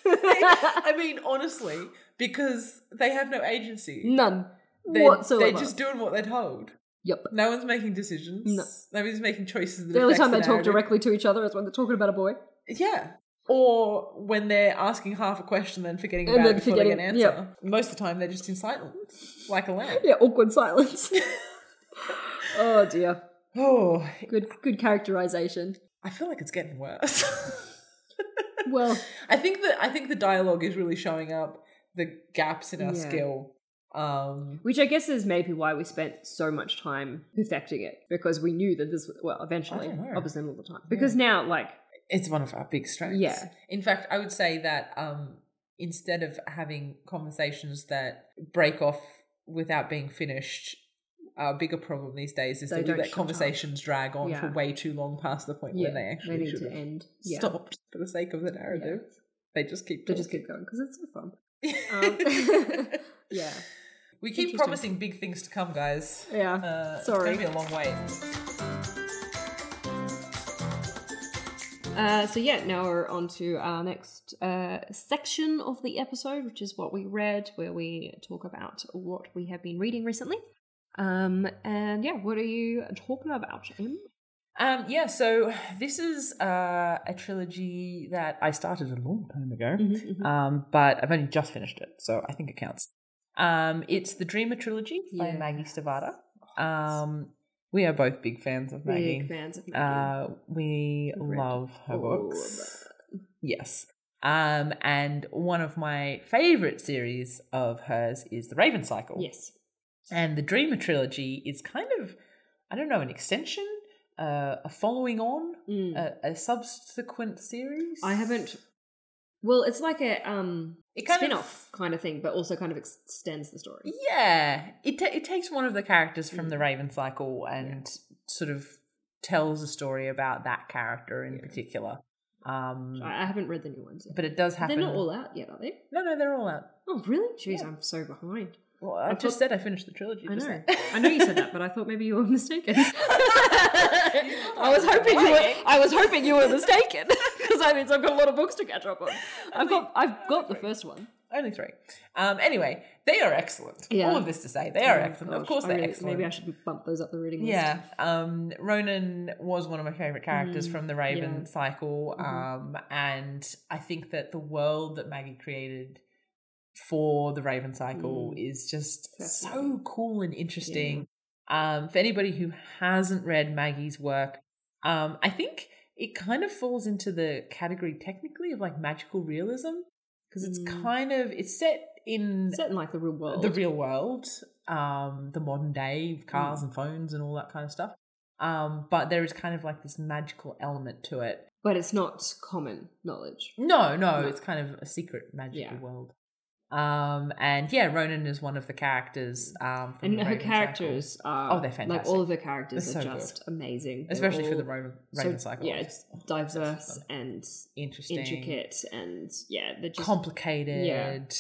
Speaker 2: I mean, honestly, because they have no agency.
Speaker 1: None
Speaker 2: They-
Speaker 1: whatsoever.
Speaker 2: They're just doing what they're told.
Speaker 1: yep.
Speaker 2: No one's making decisions.
Speaker 1: No.
Speaker 2: Nobody's making choices. That
Speaker 1: The only
Speaker 2: affects
Speaker 1: time they talk
Speaker 2: narrative.
Speaker 1: directly to each other is when they're talking about a boy.
Speaker 2: Yeah. Or when they're asking half a question, then forgetting
Speaker 1: And
Speaker 2: about
Speaker 1: then
Speaker 2: it before they get an
Speaker 1: forgetting-
Speaker 2: answer. Most of the time, they're just in silence, like a lamb.
Speaker 1: Yeah, awkward silence. oh dear.
Speaker 2: Oh,
Speaker 1: Good good characterization.
Speaker 2: I feel like it's getting worse.
Speaker 1: Well,
Speaker 2: I think that I think the dialogue is really showing up the gaps in our
Speaker 1: Yeah.
Speaker 2: skill. Um,
Speaker 1: Which I guess is maybe why we spent so much time perfecting it because we knew that this, well, eventually,
Speaker 2: don't know.
Speaker 1: obviously not all the time. Because now, like,
Speaker 2: it's one of our big strengths.
Speaker 1: Yeah.
Speaker 2: In fact, I would say that um, instead of having conversations that break off without being finished, our bigger problem these days is
Speaker 1: They
Speaker 2: that we
Speaker 1: don't
Speaker 2: let
Speaker 1: shut up.
Speaker 2: conversations drag on for
Speaker 1: Yeah.
Speaker 2: way too long past the point
Speaker 1: yeah,
Speaker 2: when they actually
Speaker 1: need
Speaker 2: should
Speaker 1: to
Speaker 2: have
Speaker 1: end. Yeah.
Speaker 2: stopped for the sake of the narrative. They just keep.
Speaker 1: They just
Speaker 2: talking.
Speaker 1: keep going because it's so fun. um, Yeah.
Speaker 2: we keep
Speaker 1: Interesting.
Speaker 2: promising big things to come, guys.
Speaker 1: Yeah.
Speaker 2: Uh,
Speaker 1: Sorry.
Speaker 2: It's gonna be a long wait.
Speaker 1: Uh, so yeah, now we're on to our next uh, section of the episode, which is what we read, where we talk about what we have been reading recently. Um, and yeah, what are you talking about, Em?
Speaker 2: Um, yeah, so this is uh, a trilogy that I started a long time ago,
Speaker 1: Mm-hmm.
Speaker 2: um, but I've only just finished it, so I think it counts. Um, it's the Dreamer trilogy by
Speaker 1: Yeah. Oh,
Speaker 2: Maggie Stavada. Um, we are both big fans of Maggie.
Speaker 1: Big fans of Maggie.
Speaker 2: Uh, we
Speaker 1: We've read
Speaker 2: love her
Speaker 1: all of
Speaker 2: books. Yes. Um, and one of my favorite series of hers is The Raven Cycle.
Speaker 1: yes.
Speaker 2: And the Dreamer trilogy is kind of, I don't know, an extension, uh, a following on,
Speaker 1: Mm.
Speaker 2: a, a subsequent series.
Speaker 1: I haven't Well, it's like a um
Speaker 2: It kind of-
Speaker 1: spin-off kind of thing, but also kind of extends the story.
Speaker 2: Yeah, it ta- it takes one of the characters from
Speaker 1: Mm.
Speaker 2: the Raven Cycle and sort of tells a story about that character in
Speaker 1: Yeah.
Speaker 2: particular. Um,
Speaker 1: I I haven't read the new ones yet.
Speaker 2: but it does happen.
Speaker 1: They're not all out yet, are they?
Speaker 2: No, no, they're all out.
Speaker 1: Oh, really? Jeez,
Speaker 2: Yeah.
Speaker 1: I'm so behind.
Speaker 2: Well, I
Speaker 1: I've
Speaker 2: just
Speaker 1: got-
Speaker 2: said I finished the trilogy.
Speaker 1: I
Speaker 2: just
Speaker 1: know.
Speaker 2: then.
Speaker 1: I know you said that, but I thought maybe you were mistaken. I was hoping you were. I was hoping you were mistaken because I mean, I've got a lot of books to catch up on. I've got. I've got the first one.
Speaker 2: Only three. Um, anyway, they are excellent.
Speaker 1: Yeah.
Speaker 2: All of this to say, they are
Speaker 1: Oh,
Speaker 2: excellent. of
Speaker 1: gosh,
Speaker 2: course,
Speaker 1: I
Speaker 2: they're
Speaker 1: really-
Speaker 2: excellent.
Speaker 1: Maybe I should bump those up the reading list.
Speaker 2: Yeah, um, Ronan was one of my favorite characters
Speaker 1: Mm,
Speaker 2: from the Raven
Speaker 1: yeah.
Speaker 2: cycle,
Speaker 1: Mhm.
Speaker 2: um, and I think that the world that Maggie created for the Raven cycle is just so
Speaker 1: Mm. Fascinating.
Speaker 2: cool and interesting. Um, for anybody who hasn't read Maggie's work, um, I think it kind of falls into the category technically of like magical realism because it's
Speaker 1: Mm.
Speaker 2: kind of it's set in
Speaker 1: set in like the real world. Hmm.
Speaker 2: the real world, um, the modern day cars and phones and all that kind of stuff. Um, but there is kind of like this magical element to it.
Speaker 1: but it's not common knowledge.
Speaker 2: No, no,
Speaker 1: No.
Speaker 2: it's kind of a secret magical
Speaker 1: Yeah.
Speaker 2: world. Um, and yeah, Ronan is one of the characters. Um, from
Speaker 1: And
Speaker 2: the
Speaker 1: her
Speaker 2: Raven Cycle.
Speaker 1: characters are
Speaker 2: Oh, they're
Speaker 1: Like all of
Speaker 2: fantastic.
Speaker 1: her characters
Speaker 2: They're
Speaker 1: are
Speaker 2: so good.
Speaker 1: just amazing, They're
Speaker 2: especially for
Speaker 1: all
Speaker 2: the Raven, Raven cycle,
Speaker 1: yeah,
Speaker 2: are just
Speaker 1: diverse
Speaker 2: fun.
Speaker 1: and
Speaker 2: interesting,
Speaker 1: intricate, and yeah, they're just
Speaker 2: complicated.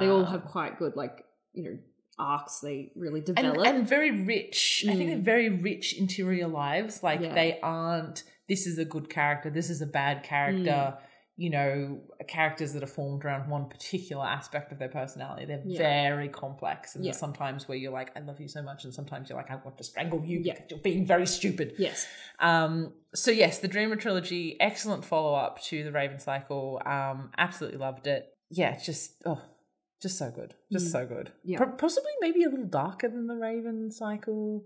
Speaker 1: they all have
Speaker 2: um,
Speaker 1: quite good like you know arcs. They really
Speaker 2: and,
Speaker 1: develop.
Speaker 2: and very rich. I think
Speaker 1: Mm.
Speaker 2: they're very rich interior lives. Like
Speaker 1: Yeah.
Speaker 2: they aren't. This is a good character. This is a bad
Speaker 1: Mm.
Speaker 2: character. You know, characters that are formed around one particular aspect of their personality. They're
Speaker 1: Yeah.
Speaker 2: very complex, and there's
Speaker 1: Yeah.
Speaker 2: sometimes where you're like, "I love you so much," and sometimes you're like, "I want to strangle you."
Speaker 1: Yeah.
Speaker 2: because You're being very stupid.
Speaker 1: yes,
Speaker 2: Um, so yes, the Dreamer trilogy, excellent follow up to the Raven Cycle. Um, absolutely loved it. Yeah, it's just oh, just so good, just
Speaker 1: Mm.
Speaker 2: so good.
Speaker 1: Yeah.
Speaker 2: Pro- possibly maybe a little darker than the Raven Cycle,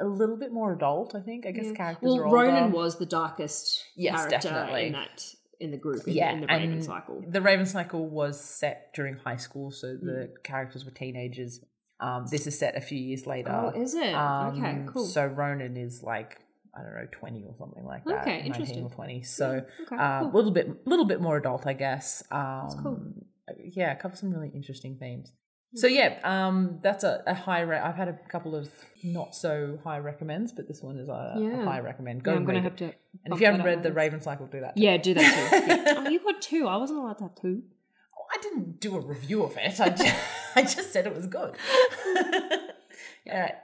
Speaker 2: a little bit more adult. I think. I guess
Speaker 1: Yeah.
Speaker 2: characters
Speaker 1: well,
Speaker 2: are older.
Speaker 1: Ronan was the darkest
Speaker 2: Yes,
Speaker 1: character
Speaker 2: definitely.
Speaker 1: in that in the group in,
Speaker 2: Yeah,
Speaker 1: in the Raven
Speaker 2: and-
Speaker 1: cycle.
Speaker 2: The Raven Cycle was set during high school, so
Speaker 1: Mm.
Speaker 2: the characters were teenagers. Um, this is set a few years later.
Speaker 1: Oh, is it
Speaker 2: Um,
Speaker 1: okay? Cool.
Speaker 2: So Ronan is like I don't know twenty or something like that.
Speaker 1: Okay,
Speaker 2: 19
Speaker 1: interesting.
Speaker 2: or twenty. So. uh,
Speaker 1: okay,
Speaker 2: a
Speaker 1: cool.
Speaker 2: little bit little bit more adult i guess um
Speaker 1: cool. Hmm.
Speaker 2: yeah cover some really interesting themes so yeah um that's a, a high re- i've had a couple of not so high recommends but this one is a, a
Speaker 1: Yeah.
Speaker 2: high recommend go
Speaker 1: Yeah, I'm
Speaker 2: and
Speaker 1: gonna
Speaker 2: read
Speaker 1: have
Speaker 2: it.
Speaker 1: to.
Speaker 2: and if
Speaker 1: bump
Speaker 2: you
Speaker 1: that
Speaker 2: haven't
Speaker 1: up
Speaker 2: read the
Speaker 1: on my
Speaker 2: raven cycle do that too.
Speaker 1: Yeah, do that too. Yeah. Oh, you got two. I wasn't allowed to have two.
Speaker 2: i didn't do a review of it i just, I just said it was good all right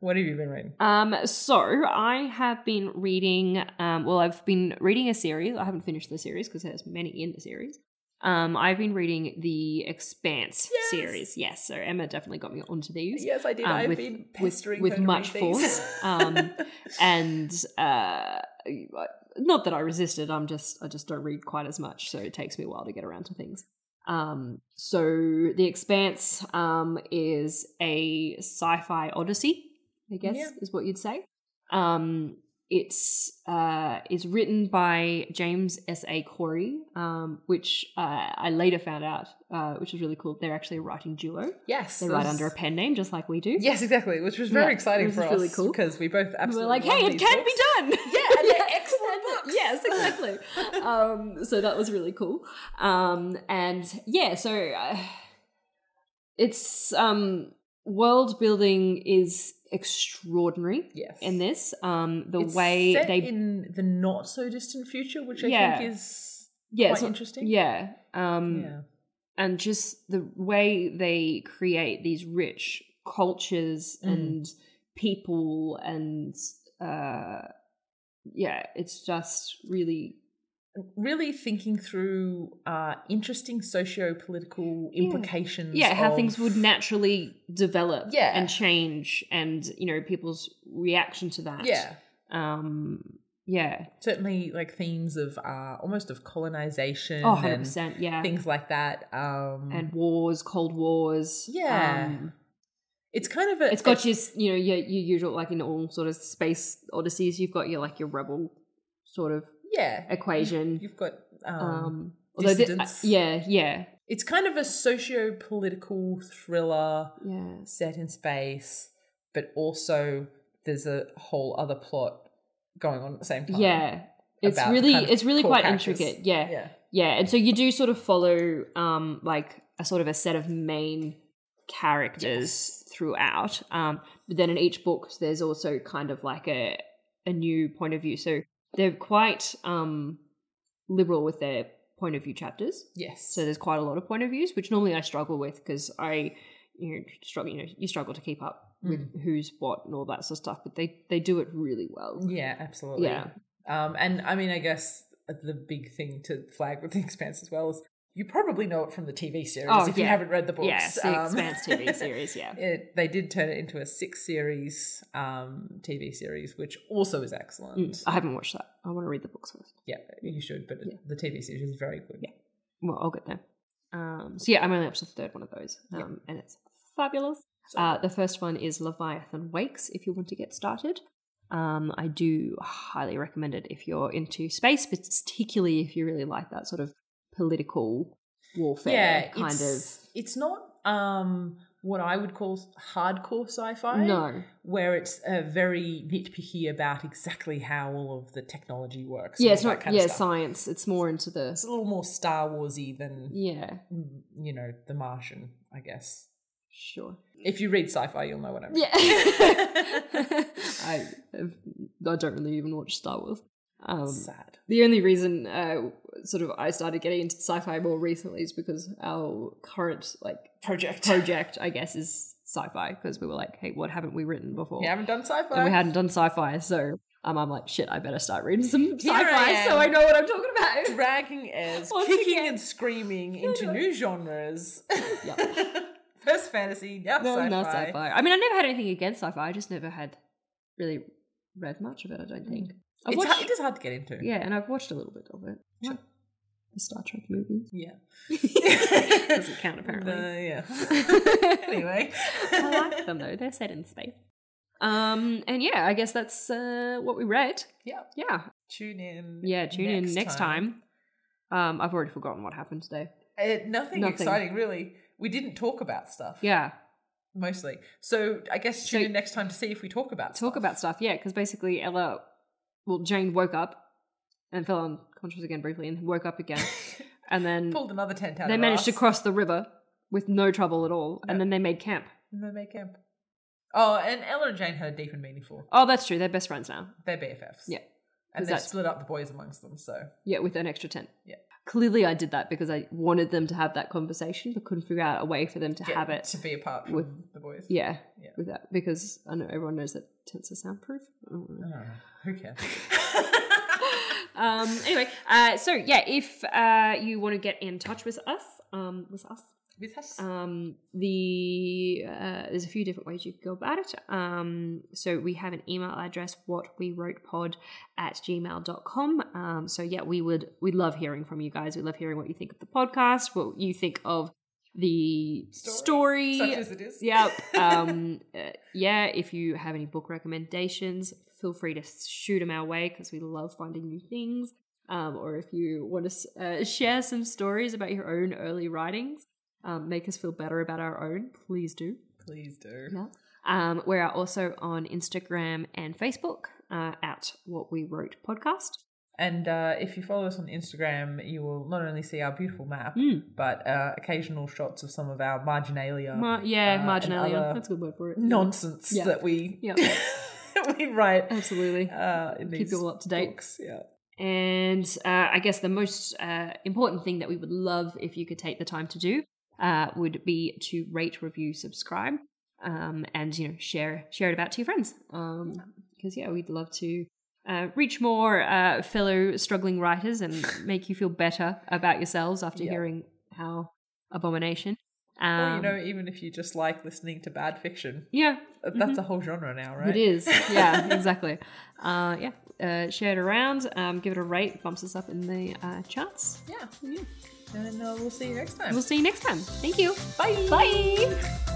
Speaker 2: what have you been reading
Speaker 1: Um, so I have been reading. Um, well, I've been reading a series. I haven't finished the series because there's many in the series. Um, I've been reading the Expanse
Speaker 2: Yes.
Speaker 1: series. Yes, so Emma definitely got me onto these,
Speaker 2: yes i did
Speaker 1: Um,
Speaker 2: i've
Speaker 1: with-
Speaker 2: been
Speaker 1: with-
Speaker 2: pestering
Speaker 1: with
Speaker 2: her to read
Speaker 1: much
Speaker 2: these.
Speaker 1: force. Um, and uh, not that I resisted. I'm just I just don't read quite as much, so it takes me a while to get around to things. Um, so the Expanse um, is a sci-fi odyssey, I guess
Speaker 2: Yeah.
Speaker 1: is what you'd say. Um, it's uh, is written by James S. A. Corey, um, which uh, I later found out, uh, which is really cool. They're actually a writing duo.
Speaker 2: yes
Speaker 1: They write
Speaker 2: this-
Speaker 1: under a pen name, just like we do.
Speaker 2: Yes, exactly. Which was very
Speaker 1: Yeah,
Speaker 2: exciting
Speaker 1: which
Speaker 2: for
Speaker 1: is
Speaker 2: us
Speaker 1: really cool.
Speaker 2: because we both
Speaker 1: And
Speaker 2: absolutely
Speaker 1: we're like, hey, it can be done.
Speaker 2: Yeah, and they're excellent books.
Speaker 1: Yes, exactly. um, so that was really cool. Um, and yeah, so uh, it's um, world building is extraordinary
Speaker 2: Yes.
Speaker 1: in this. Um, the
Speaker 2: It's
Speaker 1: way
Speaker 2: set
Speaker 1: they
Speaker 2: in the not so distant future, which I
Speaker 1: Yeah.
Speaker 2: think is
Speaker 1: yeah,
Speaker 2: quite
Speaker 1: so-
Speaker 2: interesting.
Speaker 1: yeah, um,
Speaker 2: Yeah.
Speaker 1: and just the way they create these rich cultures
Speaker 2: Mm.
Speaker 1: and people and uh, yeah, it's just really
Speaker 2: Really thinking through uh, interesting socio political
Speaker 1: Yeah.
Speaker 2: implications.
Speaker 1: yeah how
Speaker 2: of-
Speaker 1: things would naturally develop
Speaker 2: Yeah.
Speaker 1: and change and you know people's reaction to that
Speaker 2: Yeah.
Speaker 1: um yeah
Speaker 2: Certainly, like themes of uh, almost of colonization
Speaker 1: oh
Speaker 2: and
Speaker 1: 100% yeah
Speaker 2: things like that. Um,
Speaker 1: and wars cold wars
Speaker 2: Yeah.
Speaker 1: um,
Speaker 2: it's kind of a. e
Speaker 1: it's got your you know your, your usual like in all sort of space odysseys you've got your like your rebel sort of
Speaker 2: yeah.
Speaker 1: equation
Speaker 2: You've got um,
Speaker 1: um although thi-
Speaker 2: distance.
Speaker 1: yeah yeah
Speaker 2: It's kind of a socio political thriller
Speaker 1: yeah
Speaker 2: set in space, but also there's a whole other plot going on at the same time.
Speaker 1: yeah It's
Speaker 2: about
Speaker 1: really,
Speaker 2: kind of
Speaker 1: it's really
Speaker 2: core
Speaker 1: quite
Speaker 2: characters.
Speaker 1: intricate. Yeah. yeah,
Speaker 2: Yeah.
Speaker 1: And so you do sort of follow, um, like a sort of a set of main characters throughout. Um, but then in each book, there's also kind of like a a new point of view. So they're quite um liberal with their point of view chapters.
Speaker 2: Yes.
Speaker 1: So there's quite a lot of point of views, which normally I struggle with because I you know, struggle. You know, you struggle to keep up
Speaker 2: Mm.
Speaker 1: with who's what and all that sort of stuff. But they they do it really well.
Speaker 2: Yeah, absolutely.
Speaker 1: Yeah.
Speaker 2: Um, and I mean, I guess the big thing to flag with The Expanse as well is you probably know it from the TV series
Speaker 1: Oh,
Speaker 2: if you
Speaker 1: yeah.
Speaker 2: haven't read the books.
Speaker 1: Yes, the
Speaker 2: Um,
Speaker 1: Expanse TV series. Yeah,
Speaker 2: It, they did turn it into a six series um, TV series, which also is excellent.
Speaker 1: Mm, I haven't watched that. I want to read the books first.
Speaker 2: yeah, you should, but
Speaker 1: Yeah.
Speaker 2: the TV series is very good.
Speaker 1: Yeah. Well, I'll get there. Um, so yeah, I'm only up to the third one of those, um, and it's fabulous.
Speaker 2: So-
Speaker 1: Uh, the first one is Leviathan Wakes. If you want to get started, um, I do highly recommend it if you're into space, but particularly if you really like that sort of political warfare kind of.
Speaker 2: it's, It's not um, what I would call hardcore sci-fi.
Speaker 1: No,
Speaker 2: where it's uh, very nitpicky about exactly how all of the technology works. and
Speaker 1: yeah,
Speaker 2: all
Speaker 1: it's
Speaker 2: that
Speaker 1: not.
Speaker 2: kind of
Speaker 1: Yeah,
Speaker 2: stuff.
Speaker 1: science. It's more into the.
Speaker 2: It's a little more Star Warsy than
Speaker 1: Yeah,
Speaker 2: mm, you know The Martian, I guess.
Speaker 1: sure.
Speaker 2: If you read sci-fi, you'll know what I mean.
Speaker 1: Yeah. I, I don't really even watch Star Wars. Um,
Speaker 2: Sad.
Speaker 1: The only reason uh, sort of I started getting into sci-fi more recently is because our current like
Speaker 2: Project.
Speaker 1: project, I guess, is sci-fi because we were like, hey, what haven't we written before?
Speaker 2: We haven't done sci-fi.
Speaker 1: and we hadn't done sci-fi, so um, I'm like, shit, I better start reading some
Speaker 2: Here I
Speaker 1: sci-fi
Speaker 2: am.
Speaker 1: so I know what I'm talking about.
Speaker 2: dragging as
Speaker 1: Once
Speaker 2: kicking
Speaker 1: again.
Speaker 2: and screaming into new genres. First fantasy, now
Speaker 1: No,
Speaker 2: sci-fi.
Speaker 1: no sci-fi. I mean, I never had anything against sci-fi. I just never had really read much of it. I don't think. I've
Speaker 2: Mm. It's
Speaker 1: watched,
Speaker 2: hard, it is hard to get into.
Speaker 1: yeah, and I've watched a little bit of it.
Speaker 2: Sure.
Speaker 1: The Star Trek movies
Speaker 2: Yeah.
Speaker 1: doesn't count apparently.
Speaker 2: No, yeah. anyway.
Speaker 1: I like them though. They're set in space. Um, and yeah, I guess that's uh, what we read.
Speaker 2: Yeah.
Speaker 1: Yeah,
Speaker 2: Tune in.
Speaker 1: yeah. Tune in next time. Um, I've already forgotten what happened today.
Speaker 2: Uh, nothing,
Speaker 1: Nothing.
Speaker 2: exciting, really. We didn't talk about stuff.
Speaker 1: Yeah,
Speaker 2: Mostly. So I guess tune
Speaker 1: So-
Speaker 2: in next time to see if we talk about
Speaker 1: talk about stuff. Yeah, because basically Ella, well, Jane woke up and fell unconscious again briefly, and woke up again, and then
Speaker 2: Pulled another tent out.
Speaker 1: they
Speaker 2: of
Speaker 1: managed
Speaker 2: us
Speaker 1: to cross the river with no trouble at all, and
Speaker 2: No.
Speaker 1: then they made camp.
Speaker 2: And they make camp. Oh, and Ella and Jane had a deep and meaningful.
Speaker 1: Oh, that's true. They're best friends now.
Speaker 2: They're BFFs.
Speaker 1: Yeah.
Speaker 2: And they
Speaker 1: That's-
Speaker 2: split up the boys amongst them. So
Speaker 1: Yeah, with an extra tent.
Speaker 2: Yeah.
Speaker 1: Clearly, I did that because I wanted them to have that conversation, but couldn't figure out a way for them to
Speaker 2: yeah,
Speaker 1: have it.
Speaker 2: to be apart from
Speaker 1: with-
Speaker 2: the boys.
Speaker 1: Yeah,
Speaker 2: Yeah.
Speaker 1: with that because I know everyone knows that tents are soundproof. I don't know.
Speaker 2: Oh, who cares?
Speaker 1: um. Anyway, uh, so yeah, if uh, you want to get in touch with us, um, with us,
Speaker 2: With us.
Speaker 1: um, the uh, there's a few different ways you can go about it. Um, so we have an email address, what we wrote pod at gmail.com. Um, so yeah, we would we love hearing from you guys. We love hearing what you think of the podcast, what you think of the story,
Speaker 2: Story. Such as it is.
Speaker 1: Yep. Um, uh, yeah, if you have any book recommendations, feel free to shoot them our way because we love finding new things. Um, or if you want to uh, share some stories about your own early writings, um, make us feel better about our own, please do.
Speaker 2: Please do.
Speaker 1: Yeah. Um, we are also on Instagram and Facebook uh, at What We Wrote Podcast.
Speaker 2: And uh, if you follow us on Instagram, you will not only see our beautiful map,
Speaker 1: Mm.
Speaker 2: but uh, occasional shots of some of our marginalia
Speaker 1: Mar- yeah,
Speaker 2: Uh, and
Speaker 1: marginalia.
Speaker 2: other
Speaker 1: That's a good word for it.
Speaker 2: nonsense
Speaker 1: Yeah.
Speaker 2: that we
Speaker 1: Yeah.
Speaker 2: we write
Speaker 1: Absolutely.
Speaker 2: uh,
Speaker 1: Keep
Speaker 2: in these
Speaker 1: you all up to date.
Speaker 2: books. Yeah.
Speaker 1: And uh, I guess the most uh, important thing that we would love if you could take the time to do uh, would be to rate, review, subscribe, um, and you know share share it about to your friends. Because yeah, we'd love to uh, reach more uh, fellow struggling writers and make you feel better about yourselves after
Speaker 2: Yeah.
Speaker 1: hearing how abomination.
Speaker 2: or, you
Speaker 1: Um,
Speaker 2: know, even if you just like listening to bad fiction,
Speaker 1: yeah,
Speaker 2: that's a whole genre now, right?
Speaker 1: Mm-hmm. It is. Yeah, exactly. uh, yeah. Uh, share it around, um, give it a rate, bumps us up in the uh, charts.
Speaker 2: Yeah. And uh, we'll see you next time.
Speaker 1: We'll see you next time. Thank you.
Speaker 2: Bye.
Speaker 1: Bye.